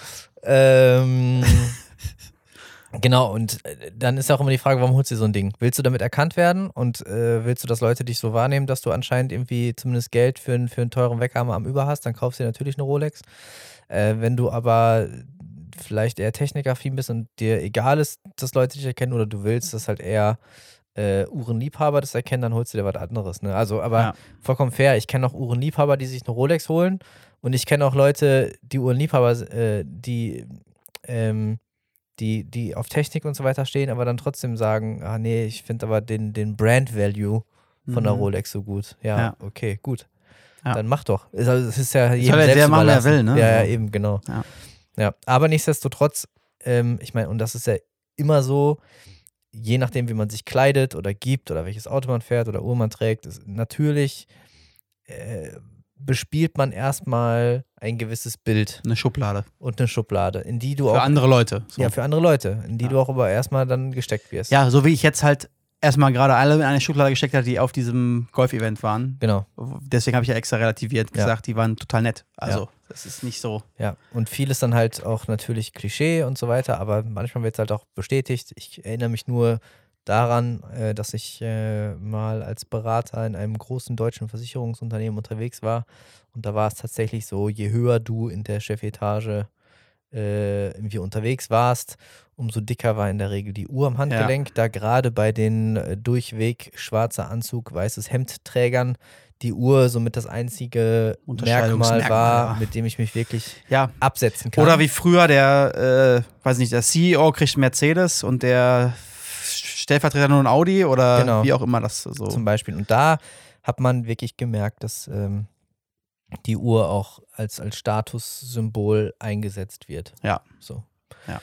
S1: Ähm, genau, und äh, dann ist auch immer die Frage, warum holst du dir so ein Ding? Willst du damit erkannt werden und äh, willst du, dass Leute dich so wahrnehmen, dass du anscheinend irgendwie zumindest Geld für, einen- für einen teuren Weckhammer am Über hast? Dann kaufst du dir natürlich eine Rolex. Äh, wenn du aber vielleicht eher technikaffin bist und dir egal ist, dass Leute dich erkennen oder du willst, dass halt eher äh, Uhrenliebhaber das erkennen, dann holst du dir was anderes. Ne? Also, aber
S2: Ja.
S1: vollkommen fair. Ich kenne auch Uhrenliebhaber, die sich eine Rolex holen und ich kenne auch Leute, die Uhrenliebhaber, äh, die, ähm, die, die auf Technik und so weiter stehen, aber dann trotzdem sagen, ah nee, ich finde aber den, den Brand Value von der
S2: Mhm.
S1: Rolex so gut. Ja,
S2: Ja.
S1: okay, gut.
S2: Ja.
S1: Dann mach doch. Ist Also, es ist ja jedem
S2: soll ja
S1: selbst
S2: der machen, wer
S1: überlassen.
S2: will, ne?
S1: Ja, ja,
S2: Also.
S1: eben, genau.
S2: Ja.
S1: ja. Aber nichtsdestotrotz, ähm, ich meine, und das ist ja immer so, je nachdem, wie man sich kleidet oder gibt oder welches Auto man fährt oder Uhr man trägt, ist natürlich äh, bespielt man erstmal ein gewisses Bild
S2: Eine Schublade.
S1: und eine Schublade, in die du
S2: Für
S1: auch
S2: andere Leute. So.
S1: ja, für andere Leute, in die
S2: Ja.
S1: du auch aber erstmal dann gesteckt wirst.
S2: Ja, so wie ich jetzt halt erstmal gerade alle in eine Schublade gesteckt hatte, die auf diesem Golf-Event waren.
S1: Genau.
S2: Deswegen habe ich ja extra relativiert
S1: Ja.
S2: gesagt, die waren total nett. Also, das ist nicht so.
S1: Ja, und vieles dann halt auch natürlich Klischee und so weiter, aber manchmal wird es halt auch bestätigt. Ich erinnere mich nur daran, äh, dass ich äh, mal als Berater in einem großen deutschen Versicherungsunternehmen unterwegs war und da war es tatsächlich so, je höher du in der Chefetage äh, irgendwie unterwegs warst, umso dicker war in der Regel die Uhr am Handgelenk, da gerade bei den äh, durchweg schwarzer Anzug, weißes Hemdträgern die Uhr somit das einzige Merkmal
S2: Unterscheidungsmerkmal
S1: war,
S2: war.
S1: mit dem ich mich wirklich
S2: Ja.
S1: absetzen kann.
S2: Oder wie früher der, äh, weiß nicht, der CEO kriegt einen Mercedes und der Stellvertreter nur ein Audi oder
S1: Genau.
S2: wie auch immer das so.
S1: zum Beispiel. Und da hat man wirklich gemerkt, dass ähm, die Uhr auch als, als Statussymbol eingesetzt wird.
S2: Ja.
S1: So.
S2: Ja.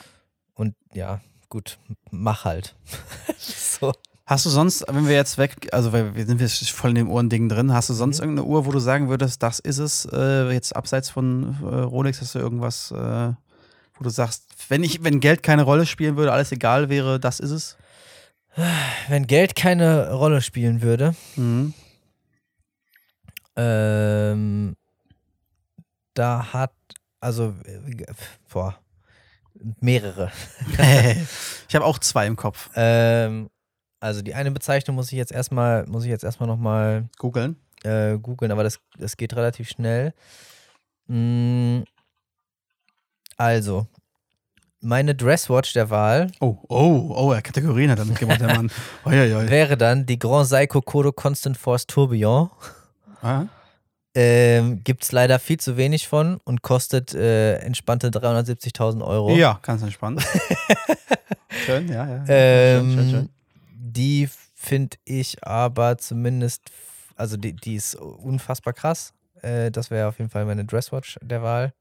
S1: Und ja, gut, mach halt. so.
S2: Hast du sonst, wenn wir jetzt weg, also wir wir sind jetzt voll in dem Uhrending drin, hast du sonst
S1: Mhm.
S2: irgendeine Uhr, wo du sagen würdest, das ist es, äh, jetzt abseits von äh, Rolex, hast du irgendwas, äh, wo du sagst, wenn ich, wenn Geld keine Rolle spielen würde, alles egal wäre, das ist es?
S1: Wenn Geld keine Rolle spielen würde,
S2: Mhm.
S1: ähm, da hat, also, äh, boah, mehrere.
S2: ich habe auch zwei im Kopf.
S1: Ähm, also die eine Bezeichnung muss ich jetzt erstmal, muss ich jetzt erstmal nochmal
S2: Googeln.
S1: äh, googeln, aber das, das geht relativ schnell. Mm, also, meine Dresswatch der Wahl
S2: Oh, oh, oh, er hat Kategorien hat er mitgemacht, der Mann. Uiuiui.
S1: wäre dann die Grand Seiko Kodo Constant Force Tourbillon.
S2: Ah,
S1: Ähm, Gibt es leider viel zu wenig von und kostet äh, entspannte 370.000 Euro.
S2: Ja, Oh. ganz entspannt. schön, ja, ja.
S1: Ähm,
S2: schön, schön, schön.
S1: Die finde ich aber zumindest, f- also die, die ist unfassbar krass. Äh, das wäre auf jeden Fall meine Dresswatch der Wahl.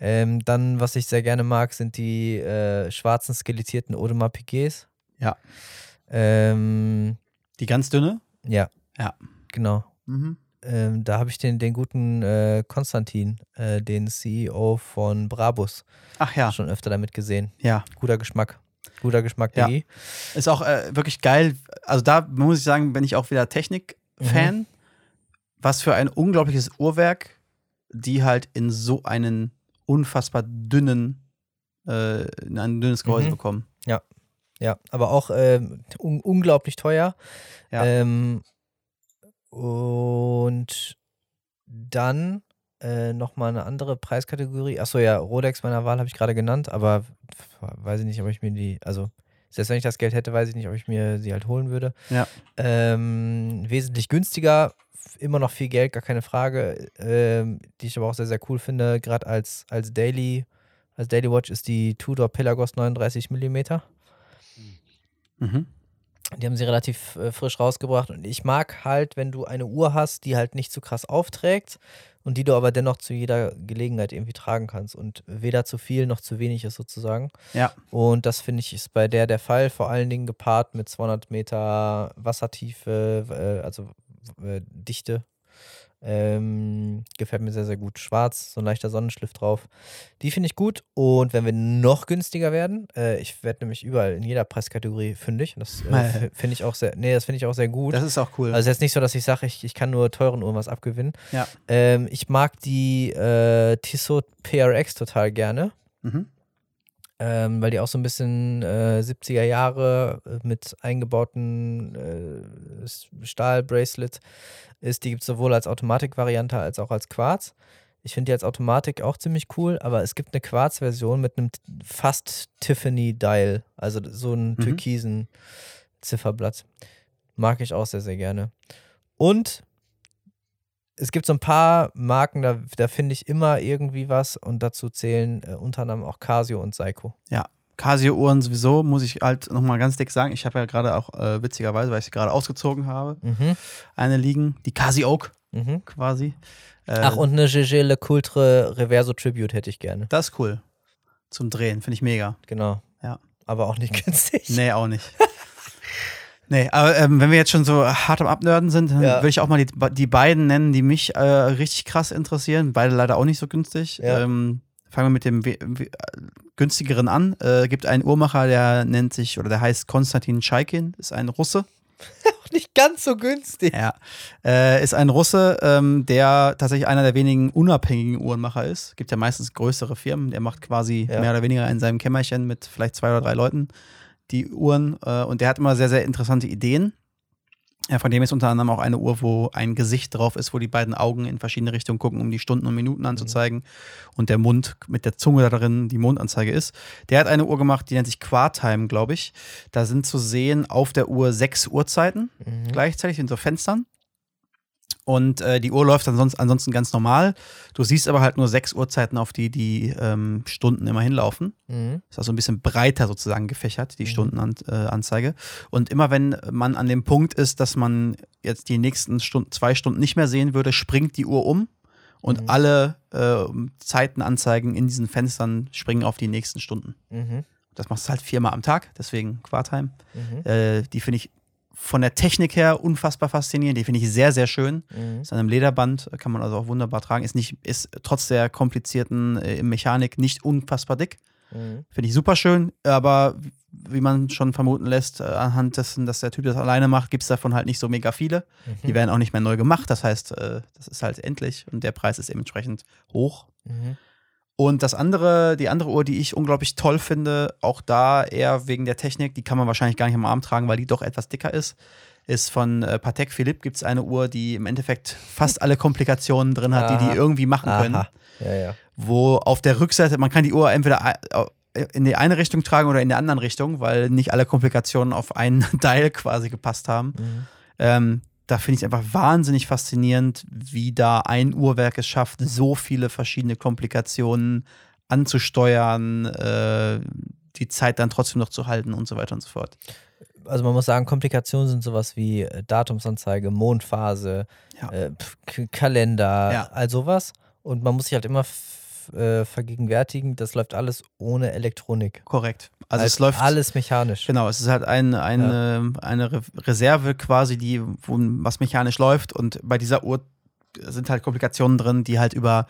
S1: Ähm, dann, was ich sehr gerne mag, sind die äh, schwarzen skelettierten Audemars Piguets.
S2: Ja.
S1: Ähm,
S2: Die ganz dünne?
S1: ja.
S2: Ja.
S1: Genau.
S2: Mhm.
S1: Ähm, da habe ich den, den guten äh, Konstantin, äh, den CEO von Brabus,
S2: Ach ja,
S1: schon öfter damit gesehen.
S2: ja.
S1: Guter Geschmack. Guter Geschmack,
S2: Ja.
S1: Digi.
S2: Ist auch äh, wirklich geil. Also da muss ich sagen, bin ich auch wieder
S1: Mhm.
S2: Technik-Fan. Was für ein unglaubliches Uhrwerk, die halt in so einen unfassbar dünnen, äh, in ein dünnes Gehäuse
S1: Mhm.
S2: bekommen.
S1: Ja, aber auch ähm, un unglaublich teuer.
S2: Ja.
S1: Ähm, und dann äh, nochmal eine andere Preiskategorie. Achso, ja, Rolex meiner Wahl habe ich gerade genannt, aber f- weiß ich nicht, ob ich mir die, also Selbst wenn ich das Geld hätte, weiß ich nicht, ob ich mir sie halt holen würde.
S2: Ja.
S1: Ähm, wesentlich günstiger, f- immer noch viel Geld, gar keine Frage. Ähm, die ich aber auch sehr, sehr cool finde, gerade als, als Daily, als Daily Watch ist die Tudor Pelagos 39 mm.
S2: Mhm.
S1: Die haben sie relativ äh, frisch rausgebracht. Und ich mag halt, wenn du eine Uhr hast, die halt nicht zu krass aufträgt und die du aber dennoch zu jeder Gelegenheit irgendwie tragen kannst und weder zu viel noch zu wenig ist sozusagen.
S2: Ja.
S1: Und das finde ich ist bei der der Fall, vor allen Dingen gepaart mit 200 Meter Wassertiefe, äh, also äh, Dichte. Ähm, gefällt mir sehr, sehr gut. Schwarz, so ein leichter Sonnenschliff drauf. Die finde ich gut. Und wenn wir noch günstiger werden, äh, ich werde nämlich überall in jeder Preiskategorie fündig. Und das äh, f- finde ich auch sehr, nee, das finde ich auch sehr gut.
S2: Das ist auch cool.
S1: also es ist jetzt nicht so, dass ich sage, ich, ich kann nur teuren Uhren was abgewinnen.
S2: Ja.
S1: Ähm, ich mag die äh, Tissot PRX total gerne,
S2: mhm.
S1: ähm, weil die auch so ein bisschen äh, 70er Jahre äh, mit eingebauten äh, S- Stahlbracelet ist. Die gibt es sowohl als Automatikvariante als auch als Quarz. Ich finde die als Automatik auch ziemlich cool, aber es gibt eine Quarz-Version mit einem t- fast Tiffany-Dial, also so einen
S2: Mhm.
S1: türkisen Zifferblatt. Mag ich auch sehr, sehr gerne. Und es gibt so ein paar Marken, da, da finde ich immer irgendwie was und dazu zählen äh, unter anderem auch Casio und Seiko.
S2: Casio-Uhren sowieso, muss ich halt nochmal ganz dick sagen. Ich habe ja gerade auch, äh, witzigerweise, weil ich sie gerade ausgezogen habe,
S1: Mhm.
S2: eine liegen. Die Casio Oak
S1: Mhm.
S2: quasi. Äh,
S1: Ach, und eine Gégé Le Coultre Reverso Tribute hätte ich gerne.
S2: Das ist cool. Zum Drehen, finde ich mega.
S1: Genau.
S2: Ja.
S1: Aber auch nicht günstig.
S2: Nee, auch nicht. nee, aber ähm, wenn wir jetzt schon so hart am Abnörden sind, dann
S1: Ja.
S2: würde ich auch mal die, die beiden nennen, die mich äh, richtig krass interessieren. Beide leider auch nicht so günstig.
S1: Ja.
S2: Ähm, fangen wir mit dem we- we- äh, günstigeren an. Äh, gibt einen Uhrmacher, der nennt sich, oder der heißt Konstantin Scheikin, ist ein Russe.
S1: Auch nicht ganz so günstig.
S2: Ja, äh, ist ein Russe, ähm, der tatsächlich einer der wenigen unabhängigen Uhrenmacher ist. Gibt ja meistens größere Firmen. Der macht quasi
S1: Ja.
S2: mehr oder weniger in seinem Kämmerchen mit vielleicht zwei oder drei Leuten die Uhren. Äh, und der hat immer sehr, sehr interessante Ideen. Ja, von dem ist unter anderem auch eine Uhr, wo ein Gesicht drauf ist, wo die beiden Augen in verschiedene Richtungen gucken, um die Stunden und Minuten anzuzeigen. Und der Mund mit der Zunge da drin die Mondanzeige ist. Der hat eine Uhr gemacht, die nennt sich Quartime, glaube ich. Da sind zu sehen auf der Uhr sechs Uhrzeiten
S1: Mhm.
S2: gleichzeitig in so Fenstern. Und äh, die Uhr läuft ansonsten, ansonsten ganz normal. Du siehst aber halt nur sechs Uhrzeiten, auf die die ähm, Stunden immer hinlaufen.
S1: Mhm.
S2: Ist also ein bisschen breiter sozusagen gefächert, die
S1: Mhm.
S2: Stundenanzeige. Und immer wenn man an dem Punkt ist, dass man jetzt die nächsten Stunden, zwei Stunden nicht mehr sehen würde, springt die Uhr um und
S1: Mhm.
S2: alle äh, Zeitenanzeigen in diesen Fenstern springen auf die nächsten Stunden.
S1: Mhm.
S2: Das machst du halt viermal am Tag, deswegen Quartime.
S1: Mhm.
S2: Äh, die finde ich von der Technik her unfassbar faszinierend. Die finde ich sehr, sehr schön.
S1: Mhm.
S2: Ist an einem Lederband, kann man also auch wunderbar tragen. Ist nicht, ist trotz der komplizierten äh, Mechanik nicht unfassbar dick.
S1: Mhm.
S2: Finde ich super schön, aber wie man schon vermuten lässt, äh, anhand dessen, dass der Typ das alleine macht, gibt es davon halt nicht so mega viele.
S1: mhm. Hm.
S2: Die werden auch nicht mehr neu gemacht. Das heißt, äh, das ist halt endlich und der Preis ist eben entsprechend hoch.
S1: Mhm.
S2: Und das andere, die andere Uhr, die ich unglaublich toll finde, auch da eher wegen der Technik, die kann man wahrscheinlich gar nicht am Arm tragen, weil die doch etwas dicker ist, ist von äh, Patek Philippe gibt es eine Uhr, die im Endeffekt fast alle Komplikationen drin hat, die
S1: Aha.
S2: die irgendwie machen können
S1: Aha. Ja, ja.
S2: wo auf der Rückseite, man kann die Uhr entweder ei- in die eine Richtung tragen oder in die anderen Richtung, weil nicht alle Komplikationen auf einen Teil quasi gepasst haben.
S1: Mhm.
S2: Ähm, da finde ich es einfach wahnsinnig faszinierend, wie da ein Uhrwerk es schafft, so viele verschiedene Komplikationen anzusteuern, äh, die Zeit dann trotzdem noch zu halten und so weiter und so fort.
S1: Also man muss sagen, Komplikationen sind sowas wie äh, Datumsanzeige, Mondphase,
S2: Ja.
S1: äh, pf, K Kalender,
S2: Ja.
S1: all sowas. Und man muss sich halt immer f- äh, vergegenwärtigen, das läuft alles ohne Elektronik.
S2: Korrekt. Also
S1: Halt
S2: es läuft
S1: alles mechanisch.
S2: Genau, es ist halt ein, eine, eine Re- Reserve quasi, die, wo was mechanisch läuft. Und bei dieser Uhr sind halt Komplikationen drin, die halt über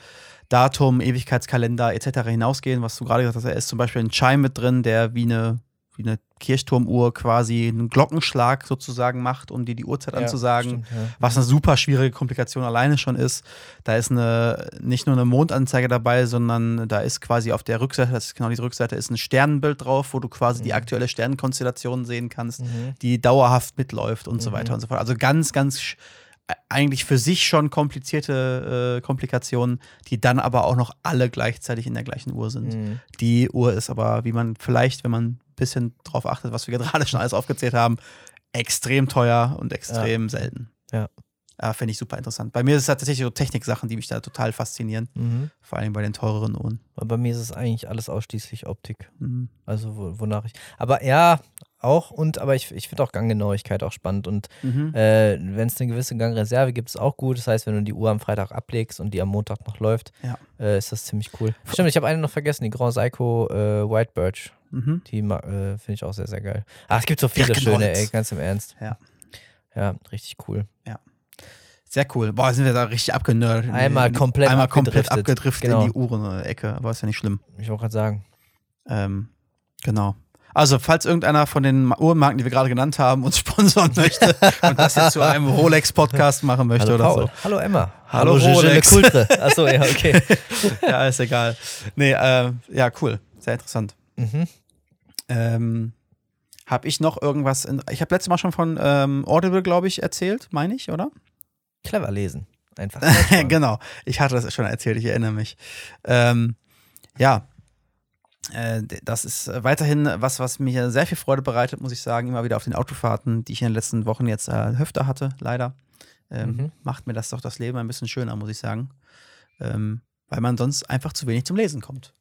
S2: Datum, Ewigkeitskalender etc. hinausgehen. Was du gerade gesagt hast, da ist zum Beispiel ein Chime mit drin, der wie eine, wie eine Kirchturmuhr quasi einen Glockenschlag sozusagen macht, um dir die Uhrzeit
S1: Ja,
S2: anzusagen
S1: stimmt, ja. Mhm.
S2: was eine super schwierige Komplikation alleine schon ist. Da ist eine, nicht nur eine Mondanzeige dabei, sondern da ist quasi auf der Rückseite, das ist genau diese Rückseite, ist ein Sternenbild drauf, wo du quasi die aktuelle Sternenkonstellation sehen kannst,
S1: Mhm.
S2: die dauerhaft mitläuft und so
S1: Mhm.
S2: weiter und so fort. Also ganz, ganz sch- eigentlich für sich schon komplizierte äh, Komplikationen, die dann aber auch noch alle gleichzeitig in der gleichen Uhr sind.
S1: Mhm.
S2: Die Uhr ist aber, wie man vielleicht, wenn man bisschen drauf achtet, was wir gerade schon alles aufgezählt haben, extrem teuer und extrem selten.
S1: Ja.
S2: Ja, finde ich super interessant. Bei mir ist es halt tatsächlich so Techniksachen, die mich da total faszinieren.
S1: Mhm.
S2: Vor allem bei den teureren Uhren.
S1: Aber bei mir ist es eigentlich alles ausschließlich Optik.
S2: Mhm.
S1: Also wo, wonach ich. Aber ja, auch und aber ich, ich finde auch Ganggenauigkeit auch spannend. Und
S2: Mhm.
S1: äh, wenn es eine gewisse Gangreserve gibt, ist auch gut. Das heißt, wenn du die Uhr am Freitag ablegst und die am Montag noch läuft,
S2: Ja.
S1: äh, ist das ziemlich cool. Stimmt, ich habe eine noch vergessen, die Grand Seiko äh, White Birch.
S2: Mhm.
S1: Die ma- äh, finde ich auch sehr, sehr geil. Ach, es gibt so viele
S2: Birkenholz.
S1: schöne, ey, ganz im Ernst.
S2: Ja.
S1: Ja, richtig cool.
S2: Sehr cool. Boah, sind wir da richtig abgenördet. in die-
S1: Einmal
S2: in die-
S1: komplett
S2: einmal komplett
S1: abgedriftet.
S2: abgedriftet
S1: Genau.
S2: in die Uhrenecke. Aber ist ja nicht schlimm.
S1: Ich wollte gerade sagen.
S2: Ähm, genau. Also, falls irgendeiner von den Ma- Uhrenmarken, die wir gerade genannt haben, uns sponsoren möchte und das jetzt zu einem Rolex-Podcast machen möchte
S1: Hallo
S2: oder
S1: Paul.
S2: so.
S1: Hallo Emma.
S2: Hallo
S1: Gégé
S2: Rolex.
S1: Lecoultre. Achso, ja, okay.
S2: Ja, ist egal. Nee, äh, ja, cool. Sehr interessant.
S1: Mhm.
S2: Ähm, habe ich noch irgendwas? In, ich habe letztes Mal schon von ähm, Audible, glaube ich, erzählt, meine ich, oder?
S1: Clever lesen. Einfach.
S2: genau. Ich hatte das schon erzählt, ich erinnere mich. Ähm, ja. Äh, d- Das ist äh, weiterhin was, was mir sehr viel Freude bereitet, muss ich sagen. Immer wieder auf den Autofahrten, die ich in den letzten Wochen jetzt äh, Höfter hatte, leider. Ähm,
S1: Mhm.
S2: Macht mir das doch das Leben ein bisschen schöner, muss ich sagen. Ähm, weil man sonst einfach zu wenig zum Lesen kommt.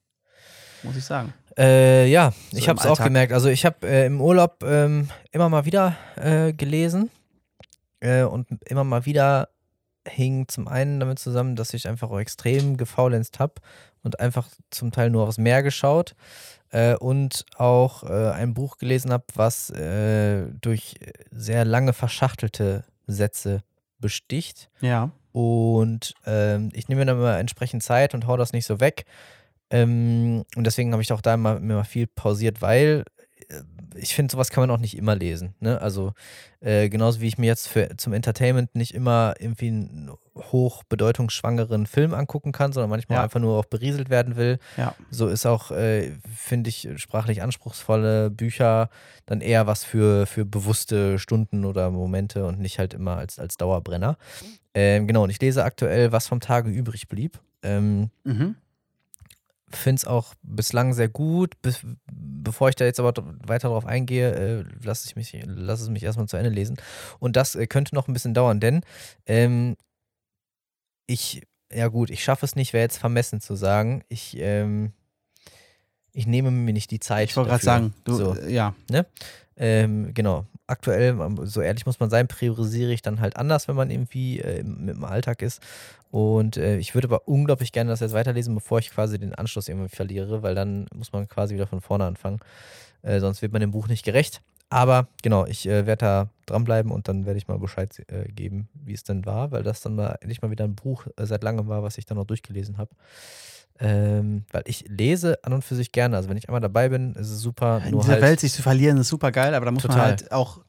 S2: Muss ich sagen.
S1: Äh, ja,
S2: So
S1: ich
S2: im
S1: habe es auch
S2: Alltag.
S1: gemerkt. Also ich habe äh, im Urlaub ähm, immer mal wieder äh, gelesen äh, und immer mal wieder hing zum einen damit zusammen, dass ich einfach auch extrem gefaulenzt habe und einfach zum Teil nur aufs Meer geschaut äh, und auch äh, ein Buch gelesen habe, was äh, durch sehr lange verschachtelte Sätze besticht.
S2: Ja.
S1: Und ähm, ich nehme mir dann immer entsprechend Zeit und hau das nicht so weg. Ähm, und deswegen habe ich auch da immer, mir mal viel pausiert, weil äh, ich finde, sowas kann man auch nicht immer lesen. Ne? Also äh, genauso wie ich mir jetzt für, zum Entertainment nicht immer irgendwie einen hochbedeutungsschwangeren Film angucken kann, sondern manchmal
S2: Ja.
S1: einfach nur auch berieselt werden will.
S2: Ja.
S1: So ist auch, äh, finde ich, sprachlich anspruchsvolle Bücher dann eher was für, für bewusste Stunden oder Momente und nicht halt immer als, als Dauerbrenner. Ähm, genau, und ich lese aktuell, was vom Tage übrig blieb. Ähm,
S2: Mhm.
S1: Finde es auch bislang sehr gut. Be bevor ich da jetzt aber dr- weiter drauf eingehe, äh, lasse ich mich, lass es mich erstmal zu Ende lesen. Und das äh, könnte noch ein bisschen dauern, denn ähm, ich, ja gut, ich schaffe es nicht, wäre jetzt vermessen zu sagen. Ich, ähm, ich nehme mir nicht die Zeit.
S2: Ich wollte gerade
S1: dafür.
S2: sagen, du,
S1: So.
S2: äh, ja.
S1: Ähm, genau. Aktuell, ähm, so ehrlich muss man sein, priorisiere ich dann halt anders, wenn man irgendwie äh, im- mit dem Alltag ist. Und äh, ich würde aber unglaublich gerne das jetzt weiterlesen, bevor ich quasi den Anschluss irgendwie verliere, weil dann muss man quasi wieder von vorne anfangen. Äh, sonst wird man dem Buch nicht gerecht. Aber genau, ich äh, werde da dranbleiben und dann werde ich mal Bescheid äh, geben, wie es denn war, weil das dann mal endlich mal wieder ein Buch äh, seit langem war, was ich dann noch durchgelesen habe. Ähm, weil ich lese an und für sich gerne. Also wenn ich einmal dabei bin, ist es super.
S2: In
S1: nur
S2: dieser
S1: halt,
S2: Welt sich zu verlieren ist super geil, aber da muss man
S1: Total.
S2: halt auch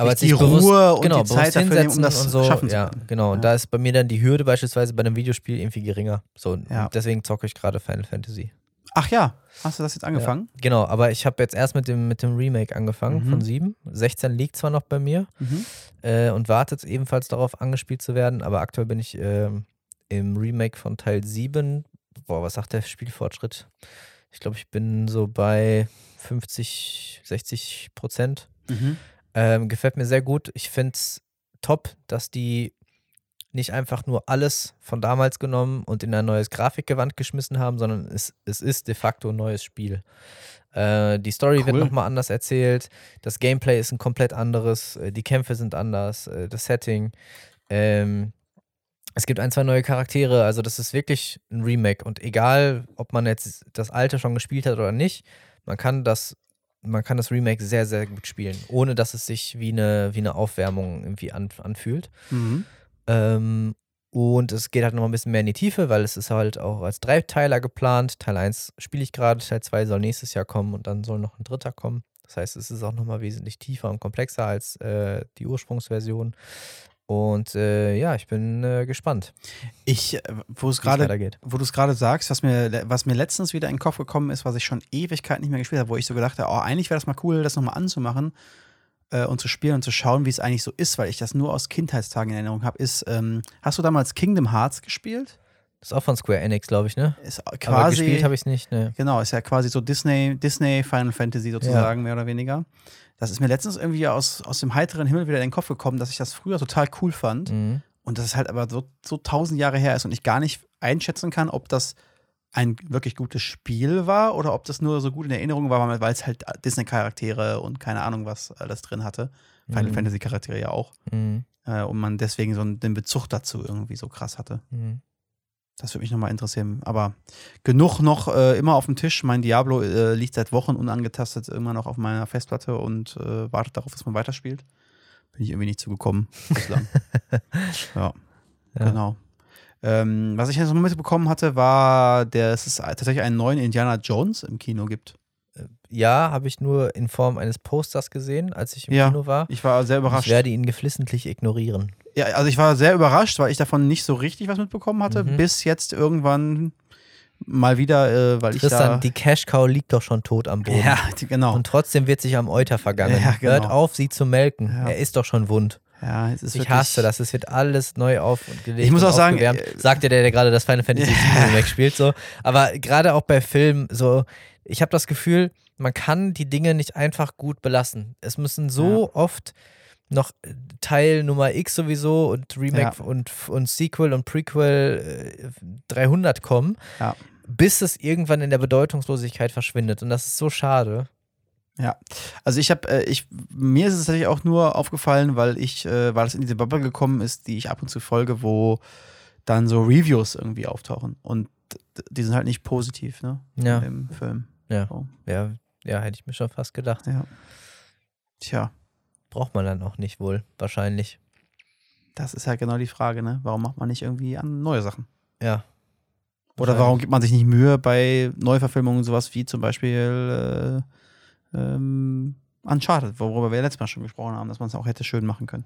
S1: aber
S2: sich die
S1: sich bewusst-
S2: Ruhe und die
S1: Genau, bewusst
S2: Zeit dafür nehmen, um
S1: hinsetzen
S2: das
S1: und so,
S2: schaffen zu
S1: ja,
S2: können.
S1: Genau,
S2: Ja.
S1: und da ist bei mir dann die Hürde beispielsweise bei einem Videospiel irgendwie geringer. So, und
S2: Ja.
S1: deswegen zocke ich gerade Final Fantasy.
S2: Ach ja, hast du das jetzt angefangen?
S1: Ja. Genau, aber ich habe jetzt erst mit dem, mit dem Remake angefangen
S2: Mhm.
S1: von 7. 16 liegt zwar noch bei mir
S2: Mhm.
S1: äh, und wartet ebenfalls darauf, angespielt zu werden, aber aktuell bin ich ähm, im Remake von Teil 7. Boah, was sagt der Spielfortschritt? Ich glaube, ich bin so bei 50, 60 Prozent.
S2: Mhm.
S1: Ähm, gefällt mir sehr gut. Ich finde es top, dass die nicht einfach nur alles von damals genommen und in ein neues Grafikgewand geschmissen haben, sondern es, es ist de facto ein neues Spiel. Äh, die Story wird
S2: Cool.
S1: nochmal anders erzählt, das Gameplay ist ein komplett anderes, äh, die Kämpfe sind anders, äh, das Setting. Ähm, es gibt ein, zwei neue Charaktere, also das ist wirklich ein Remake. Und egal, ob man jetzt das alte schon gespielt hat oder nicht, man kann das, man kann das Remake sehr, sehr gut spielen, ohne dass es sich wie eine, wie eine Aufwärmung irgendwie an, anfühlt.
S2: Mhm.
S1: Ähm, und es geht halt noch ein bisschen mehr in die Tiefe, weil es ist halt auch als Dreiteiler geplant. Teil 1 spiele ich gerade, Teil 2 soll nächstes Jahr kommen und dann soll noch ein dritter kommen. Das heißt, es ist auch nochmal wesentlich tiefer und komplexer als äh, die Ursprungsversion. Und äh, ja, ich bin äh, gespannt,
S2: Ich, äh, wo es
S1: wie es
S2: gerade,
S1: weitergeht.
S2: wo du es gerade sagst, was mir, le- was mir letztens wieder in den Kopf gekommen ist, was ich schon Ewigkeit nicht mehr gespielt habe, wo ich so gedacht habe, oh, eigentlich wäre das mal cool, das nochmal anzumachen äh, und zu spielen und zu schauen, wie es eigentlich so ist, weil ich das nur aus Kindheitstagen in Erinnerung habe, ist, ähm, hast du damals Kingdom Hearts gespielt?
S1: Das ist auch von Square Enix, glaube ich, ne?
S2: Ist
S1: Aber
S2: quasi,
S1: gespielt habe ich es nicht, ne.
S2: Genau, ist ja quasi so Disney, Disney Final Fantasy sozusagen, mehr oder weniger. Das ist mir letztens irgendwie aus, aus dem heiteren Himmel wieder in den Kopf gekommen, dass ich das früher total cool fand
S1: Mhm.
S2: und dass es halt aber so, so tausend Jahre her ist und ich gar nicht einschätzen kann, ob das ein wirklich gutes Spiel war oder ob das nur so gut in Erinnerung war, weil es halt Disney-Charaktere und keine Ahnung was alles drin hatte. Final
S1: Mhm.
S2: Fantasy-Charaktere ja auch.
S1: Mhm.
S2: Äh, und man deswegen so einen- den Bezug dazu irgendwie so krass hatte.
S1: Mhm.
S2: Das würde mich nochmal interessieren. Aber genug noch äh, immer auf dem Tisch. Mein Diablo äh, liegt seit Wochen unangetastet immer noch auf meiner Festplatte und äh, wartet darauf, dass man weiterspielt. Bin ich irgendwie nicht zugekommen bislang. ja,
S1: Ja.
S2: genau. Ähm, was ich jetzt noch mitbekommen hatte, war, dass es tatsächlich einen neuen Indiana Jones im Kino gibt.
S1: Ja, habe ich nur in Form eines Posters gesehen, als ich im
S2: Ja,
S1: Kino war.
S2: Ich war sehr
S1: Ich
S2: überrascht.
S1: werde ihn geflissentlich ignorieren.
S2: Ja, also ich war sehr überrascht, weil ich davon nicht so richtig was mitbekommen hatte,
S1: Mhm.
S2: bis jetzt irgendwann mal wieder, äh, weil
S1: Tristan,
S2: ich
S1: die Cash Cow liegt doch schon tot am
S2: da.
S1: Boden.
S2: ja, die, genau.
S1: Und trotzdem wird sich am Euter vergangen.
S2: Ja, genau.
S1: Hört auf, sie zu melken.
S2: Ja.
S1: Er ist doch schon wund.
S2: ja, es ist
S1: ich
S2: wirklich-
S1: hasse das. Es wird alles neu aufgelegt.
S2: Ich muss
S1: und
S2: auch sagen,
S1: aufgewärmt.
S2: äh,
S1: sagt ja der, der gerade das Final Fantasy
S2: Ja.
S1: VII wegspielt. So. Aber gerade auch bei Filmen, so, ich habe das Gefühl, man kann die Dinge nicht einfach gut belassen. Es müssen so oft noch äh, Teil Nummer X sowieso und Remake und, und Sequel und Prequel äh, 300 kommen,
S2: Ja.
S1: bis es irgendwann in der Bedeutungslosigkeit verschwindet. Und das ist so schade.
S2: Also ich habe, äh, ich mir ist es tatsächlich auch nur aufgefallen, weil ich, äh, weil es in diese Bubble gekommen ist, die ich ab und zu folge, wo dann so Reviews irgendwie auftauchen und d- die sind halt nicht positiv, ne?
S1: Ja.
S2: Im Film.
S1: Ja, ja, hätte ich mir schon fast gedacht.
S2: Ja. Tja,
S1: Braucht man dann auch nicht wohl, wahrscheinlich.
S2: das ist halt genau die Frage, ne? Warum macht man nicht irgendwie an neue Sachen?
S1: Ja.
S2: Oder warum gibt man sich nicht Mühe bei Neuverfilmungen sowas wie zum Beispiel äh, ähm, Uncharted, worüber wir letztes Mal schon gesprochen haben, dass man es auch hätte schön machen können.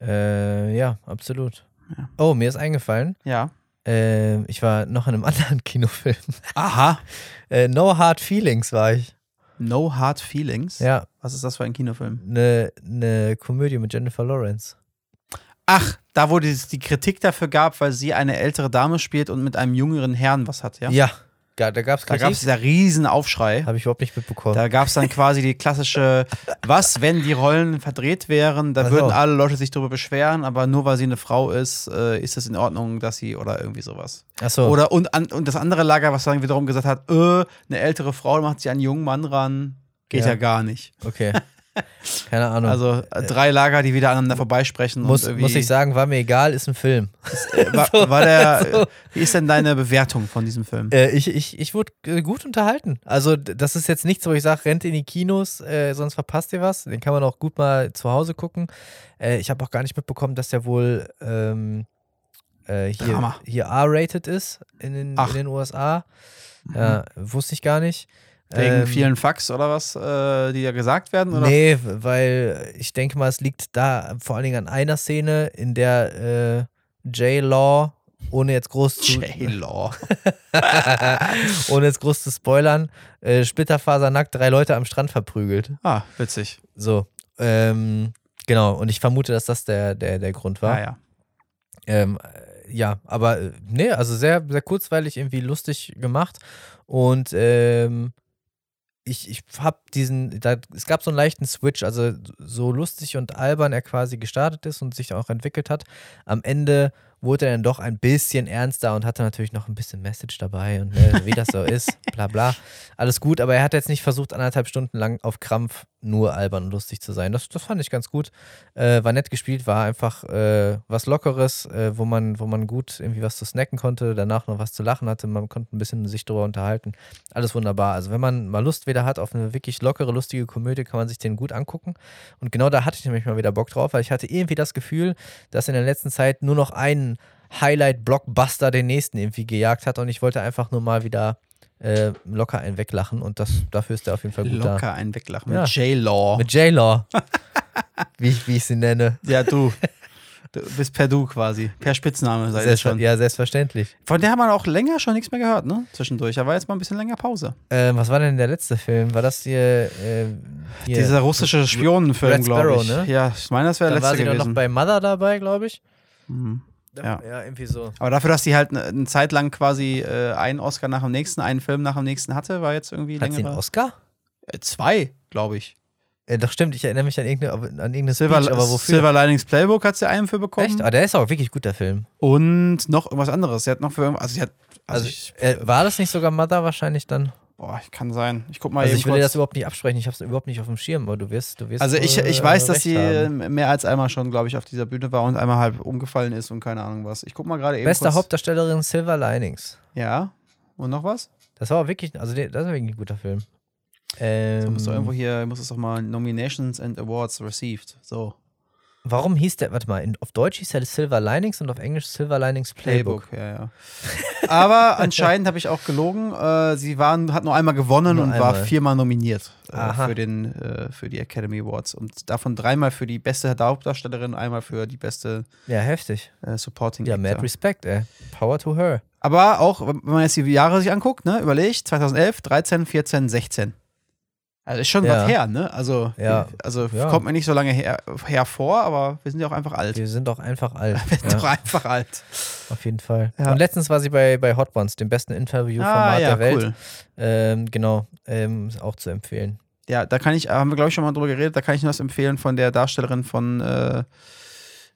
S1: Äh, ja, absolut.
S2: Ja.
S1: Oh, mir ist eingefallen,
S2: Ja.
S1: äh, ich war noch in einem anderen Kinofilm.
S2: Aha.
S1: Äh, no Hard Feelings war ich.
S2: No Hard Feelings.
S1: Ja,
S2: Was ist das für ein Kinofilm?
S1: eine ne Komödie mit Jennifer Lawrence.
S2: Ach, da wo es die Kritik dafür gab, weil sie eine ältere Dame spielt und mit einem jüngeren Herrn was hat, ja?
S1: ga- da gab es
S2: Da gab es ja riesen Aufschrei.
S1: Habe ich überhaupt nicht mitbekommen.
S2: Da gab es dann quasi die klassische, was, wenn die Rollen verdreht wären, da
S1: Ach so.
S2: würden alle Leute sich darüber beschweren, aber nur weil sie eine Frau ist, äh, ist es in Ordnung, dass sie oder irgendwie sowas.
S1: Achso,
S2: Oder und, an, und das andere Lager, was dann wiederum gesagt hat, äh, eine ältere Frau macht sich einen jungen Mann ran, geht ja,
S1: Ja.
S2: gar nicht.
S1: okay. Keine Ahnung.
S2: Also äh, drei Lager, die wieder aneinander vorbeisprechen.
S1: muss,
S2: und irgendwie-
S1: muss ich sagen, war mir egal, ist ein Film.
S2: War, war der, Wie ist denn deine Bewertung von diesem Film?
S1: Äh, ich, ich, ich wurde äh, gut unterhalten. Also, d- das ist jetzt nichts, wo ich sage, rennt in die Kinos, äh, sonst verpasst ihr was. Den kann man auch gut mal zu Hause gucken. Äh, ich habe auch gar nicht mitbekommen, dass der wohl ähm, äh, hier,
S2: Drama.
S1: hier R-rated ist in den,
S2: Ach. Mhm.
S1: in den USA. Ja, wusste ich gar nicht.
S2: Wegen
S1: Ähm,
S2: vielen Fax oder was, äh, die ja gesagt werden? Oder?
S1: Nee, weil ich denke mal, es liegt da vor allen Dingen an einer Szene, in der äh, J-Law, ohne jetzt groß zu,
S2: J-Law.
S1: ohne jetzt groß zu spoilern, äh, splitterfasernackt drei Leute am Strand verprügelt.
S2: Ah, witzig.
S1: So. Ähm, genau, und ich vermute, dass das der, der, der Grund war.
S2: Ah, ja.
S1: Ähm, äh, ja, aber äh, nee, also sehr, sehr kurzweilig, irgendwie lustig gemacht. Und ähm, ich, ich habe diesen, da, es gab so einen leichten Switch, also so lustig und albern er quasi gestartet ist und sich auch entwickelt hat. Am Ende wurde er dann doch ein bisschen ernster und hatte natürlich noch ein bisschen Message dabei und ne, wie das so ist, bla bla. Alles gut, aber er hat jetzt nicht versucht, anderthalb Stunden lang auf Krampf nur albern und lustig zu sein. Das, das fand ich ganz gut äh, war nett gespielt, war einfach äh, was Lockeres, äh, wo, man, wo man gut irgendwie was zu snacken konnte, danach noch was zu lachen hatte, man konnte ein bisschen sich drüber unterhalten. Alles wunderbar. Also wenn man mal Lust wieder hat auf eine wirklich lockere, lustige Komödie, kann man sich den gut angucken. Und genau da hatte ich nämlich mal wieder Bock drauf, weil ich hatte irgendwie das Gefühl, dass in der letzten Zeit nur noch ein Highlight-Blockbuster den nächsten irgendwie gejagt hat und ich wollte einfach nur mal wieder äh, locker einen weglachen und das, dafür ist der auf jeden Fall gut da.
S2: Locker einen weglachen.
S1: Ja.
S2: Mit J-Law.
S1: Mit J-Law, wie, ich- wie ich sie nenne.
S2: Ja, du. Du bist per Du quasi. Per Spitzname seid ihr
S1: Selbstver
S2: schon.
S1: Ja, selbstverständlich.
S2: Von der haben wir auch länger schon nichts mehr gehört, ne? Zwischendurch. Da war jetzt mal ein bisschen länger Pause.
S1: Ähm, was war denn der letzte Film? War das hier, äh, hier
S2: Dieser russische Spionenfilm,
S1: Red
S2: glaube
S1: Sparrow,
S2: ich.
S1: ne?
S2: Ja, ich meine, das wäre
S1: Dann
S2: der
S1: war sie
S2: letzte
S1: doch noch
S2: gewesen.
S1: bei Mother dabei, glaube ich.
S2: Mhm. Ja.
S1: ja, irgendwie so.
S2: Aber dafür, dass sie halt eine, eine Zeit lang quasi äh, einen Oscar nach dem nächsten, einen Film nach dem nächsten hatte, war jetzt irgendwie
S1: Hat sie einen
S2: längere.
S1: Oscar?
S2: Äh, zwei, glaube ich.
S1: Ja, doch stimmt, ich erinnere mich an irgendeine, an irgendeine
S2: Silver,
S1: Speech, aber wofür?
S2: Silver Linings Playbook hat sie einen für bekommen.
S1: Echt? Ah, der ist auch wirklich gut, der Film.
S2: Und noch irgendwas anderes. Sie hat noch für irgendwas. Also, sie hat. Also,
S1: Also,
S2: ich,
S1: äh, war das nicht sogar Mother wahrscheinlich dann?
S2: boah, ich kann sein. Ich guck mal
S1: Also
S2: eben
S1: ich will dir
S2: kurz.
S1: das überhaupt nicht absprechen, ich habe es überhaupt nicht auf dem Schirm, aber du wirst, du wirst
S2: Also ich,
S1: wohl,
S2: ich weiß,
S1: äh,
S2: dass
S1: recht
S2: sie äh,
S1: haben.
S2: mehr als einmal schon, glaube ich, auf dieser Bühne war und einmal halb umgefallen ist und keine Ahnung was. Ich guck mal gerade eben.
S1: Beste
S2: kurz.
S1: Hauptdarstellerin Silver Linings.
S2: Ja. Und noch was?
S1: Das war auch wirklich, also der- das war wirklich ein guter Film.
S2: Da
S1: Ähm,
S2: muss doch irgendwo hier, muss es doch mal Nominations and Awards received. So.
S1: warum hieß der, warte mal, in, auf Deutsch hieß der Silver Linings und auf Englisch Silver Linings Playbook.
S2: Playbook, ja, ja. Aber anscheinend habe ich auch gelogen. Äh, sie waren, hat nur einmal gewonnen
S1: Nur
S2: und war
S1: einmal.
S2: viermal nominiert äh,
S1: Aha.
S2: für, den, äh, für die Academy Awards. Und davon dreimal für die beste Hauptdarstellerin, einmal für die beste
S1: Ja, heftig.
S2: äh, Supporting
S1: Ja, mad
S2: Actor.
S1: respect, ey. Power to her.
S2: Aber auch, wenn man jetzt die Jahre sich anguckt, ne, überlegt, 2011, 13, 14, 16. Also ist schon
S1: Ja.
S2: was her, ne? Also,
S1: Ja.
S2: also
S1: Ja.
S2: kommt mir nicht so lange her, hervor, aber wir sind ja auch einfach alt. Wir
S1: Wir sind doch einfach alt.
S2: sind doch
S1: ja,
S2: einfach alt.
S1: auf jeden Fall.
S2: Ja.
S1: Und letztens war sie bei, bei Hot Ones, dem besten Interviewformat
S2: Ah, ja,
S1: der Welt.
S2: cool.
S1: Ähm, genau, ähm, ist auch zu empfehlen.
S2: Ja, da kann ich, haben wir glaube ich schon mal drüber geredet, da kann ich nur was empfehlen von der Darstellerin von äh,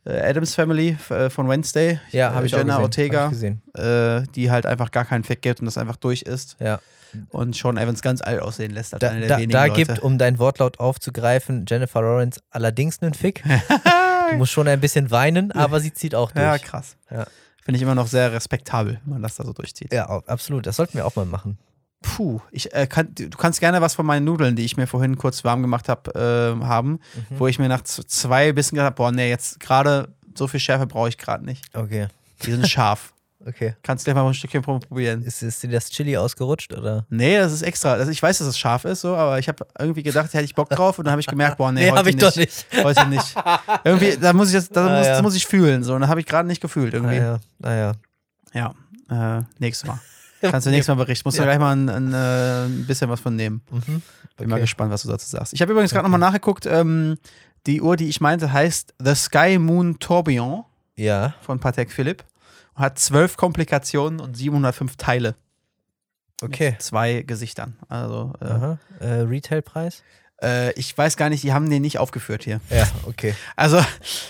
S2: äh, Adams Family, f- äh, von Wednesday,
S1: Ja,
S2: äh,
S1: habe ich auch
S2: Jenna
S1: gesehen.
S2: Ortega.
S1: Hab ich gesehen.
S2: äh, die halt einfach gar keinen Fick gibt und das einfach durch ist
S1: Ja.
S2: und Sean Evans ganz alt aussehen lässt. Als
S1: Da,
S2: einer der
S1: da,
S2: wenigen
S1: da
S2: Leute.
S1: gibt, um dein Wortlaut aufzugreifen, Jennifer Lawrence allerdings einen Fick. Du musst schon ein bisschen weinen, aber sie zieht auch durch.
S2: Ja, krass.
S1: Ja.
S2: Finde ich immer noch sehr respektabel, wenn man das da so durchzieht.
S1: Ja, au- absolut. Das sollten wir auch mal machen.
S2: Puh, ich, äh, kann, du du kannst gerne was von meinen Nudeln, die ich mir vorhin kurz warm gemacht habe, ähm, haben,
S1: Mhm.
S2: wo ich mir nach z- zwei Bissen gedacht habe, boah, nee, jetzt gerade so viel Schärfe brauche ich gerade nicht.
S1: Okay,
S2: Die sind scharf.
S1: okay.
S2: Kannst gleich mal ein Stückchen pro- probieren.
S1: Ist, ist dir das Chili ausgerutscht oder?
S2: Nee, das ist extra. Also ich weiß, dass es scharf ist, so, aber ich habe irgendwie gedacht, hätte ich Bock drauf und dann habe ich gemerkt, boah, nee,
S1: nee,
S2: heute
S1: habe ich
S2: nicht.
S1: doch nicht.
S2: Heute nicht. Irgendwie, da muss ich jetzt, da
S1: Ah,
S2: muss,
S1: ja. Ah,
S2: das muss ich fühlen. So, und da habe ich gerade nicht gefühlt irgendwie.
S1: Naja, naja.
S2: Ja, äh, nächstes Mal. Kannst du nächstes Mal berichten. Musst du gleich mal ein, ein, äh, ein bisschen was von nehmen.
S1: Mhm.
S2: Bin mal
S1: Okay.
S2: gespannt, was du dazu sagst. Ich habe übrigens gerade nochmal nachgeguckt. Ähm, die Uhr, die ich meinte, heißt The Sky Moon Tourbillon
S1: Ja,
S2: von Patek Philipp. Und hat zwölf Komplikationen und 705 Teile.
S1: okay.
S2: Mit zwei Gesichtern. Also,
S1: Aha. Äh, Retailpreis?
S2: äh, äh, ich weiß gar nicht, die haben den nicht aufgeführt hier.
S1: Ja, okay.
S2: Also, die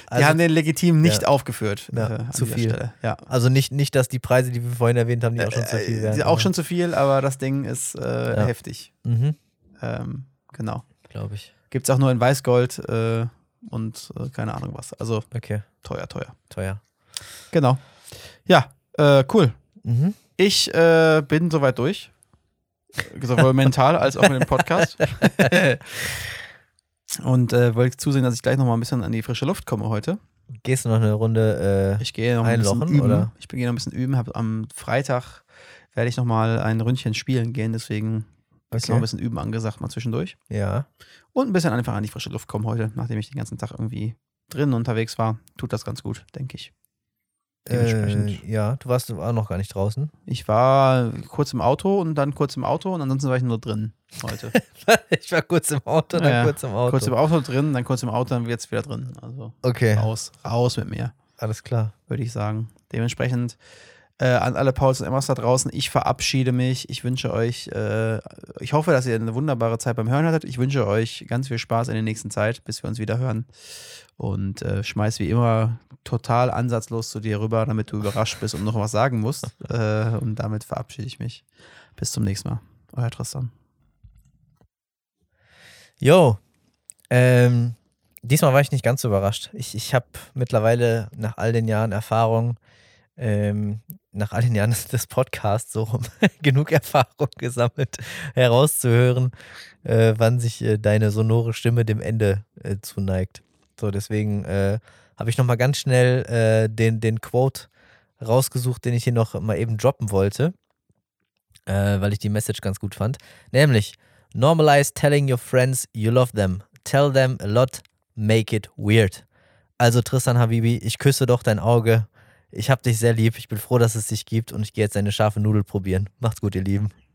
S1: Also-
S2: haben den legitim nicht
S1: Ja.
S2: aufgeführt. äh,
S1: Ja,
S2: an
S1: zu
S2: dieser
S1: viel.
S2: Stelle. Ja.
S1: Also nicht, nicht, dass die Preise, die wir vorhin erwähnt haben, die auch schon zu
S2: Äh,
S1: viel wären.
S2: die Auch
S1: aber-
S2: schon zu viel, aber das Ding ist äh,
S1: Ja.
S2: heftig.
S1: Mhm,
S2: Ähm, genau.
S1: glaube ich.
S2: Gibt es auch nur in Weißgold äh, und äh, keine Ahnung was. Also
S1: Okay,
S2: teuer, teuer.
S1: teuer.
S2: Genau. Ja, äh, cool.
S1: Mhm.
S2: Ich äh, bin soweit durch. Sowohl mental als auch mit dem Podcast. und äh, wollte zusehen, dass ich gleich nochmal ein bisschen an die frische Luft komme heute.
S1: Gehst du noch eine Runde? Äh,
S2: Ich gehe noch ein bisschen
S1: Einlochen,
S2: üben.
S1: oder?
S2: Ich gehe noch ein bisschen üben. Hab, am Freitag werde ich nochmal ein Ründchen spielen gehen, deswegen ist
S1: okay.
S2: noch ein bisschen üben angesagt, mal zwischendurch.
S1: ja,
S2: Und ein bisschen einfach an die frische Luft kommen heute, nachdem ich den ganzen Tag irgendwie drinnen unterwegs war. Tut das ganz gut, denke ich. Dementsprechend.
S1: äh, ja, du warst auch noch gar nicht draußen.
S2: Ich war kurz im Auto und dann kurz im Auto und ansonsten war ich nur drin heute.
S1: ich war kurz im Auto, dann
S2: Ja,
S1: kurz im Auto.
S2: Kurz im Auto drin, dann kurz im Auto, dann jetzt wieder drin. Also
S1: okay,
S2: raus, raus mit mir,
S1: alles klar.
S2: würde ich sagen. Dementsprechend äh, an alle Pauls und Emmas da draußen, ich verabschiede mich. Ich wünsche euch, äh, ich hoffe, dass ihr eine wunderbare Zeit beim Hören hattet. Ich wünsche euch ganz viel Spaß in der nächsten Zeit, bis wir uns wieder hören. Und äh, schmeiß wie immer total ansatzlos zu dir rüber, damit du überrascht bist und noch was sagen musst. Äh, und damit verabschiede ich mich. Bis zum nächsten Mal. Euer Tristan.
S1: Jo, ähm, diesmal war ich nicht ganz so überrascht. Ich, ich habe mittlerweile nach all den Jahren Erfahrung, ähm, nach all den Jahren des, des Podcasts so rum, genug Erfahrung gesammelt, herauszuhören, äh, wann sich äh, deine sonore Stimme dem Ende äh, zuneigt. So, deswegen äh, habe ich nochmal ganz schnell äh, den, den Quote rausgesucht, den ich hier noch mal eben droppen wollte, äh, weil ich die Message ganz gut fand. Nämlich, Normalize telling your friends you love them. Tell them a lot, make it weird. Also Tristan Habibi, ich küsse doch dein Auge. Ich hab dich sehr lieb. Ich bin froh, dass es dich gibt und ich gehe jetzt eine scharfe Nudel probieren. Macht's gut, ihr Lieben.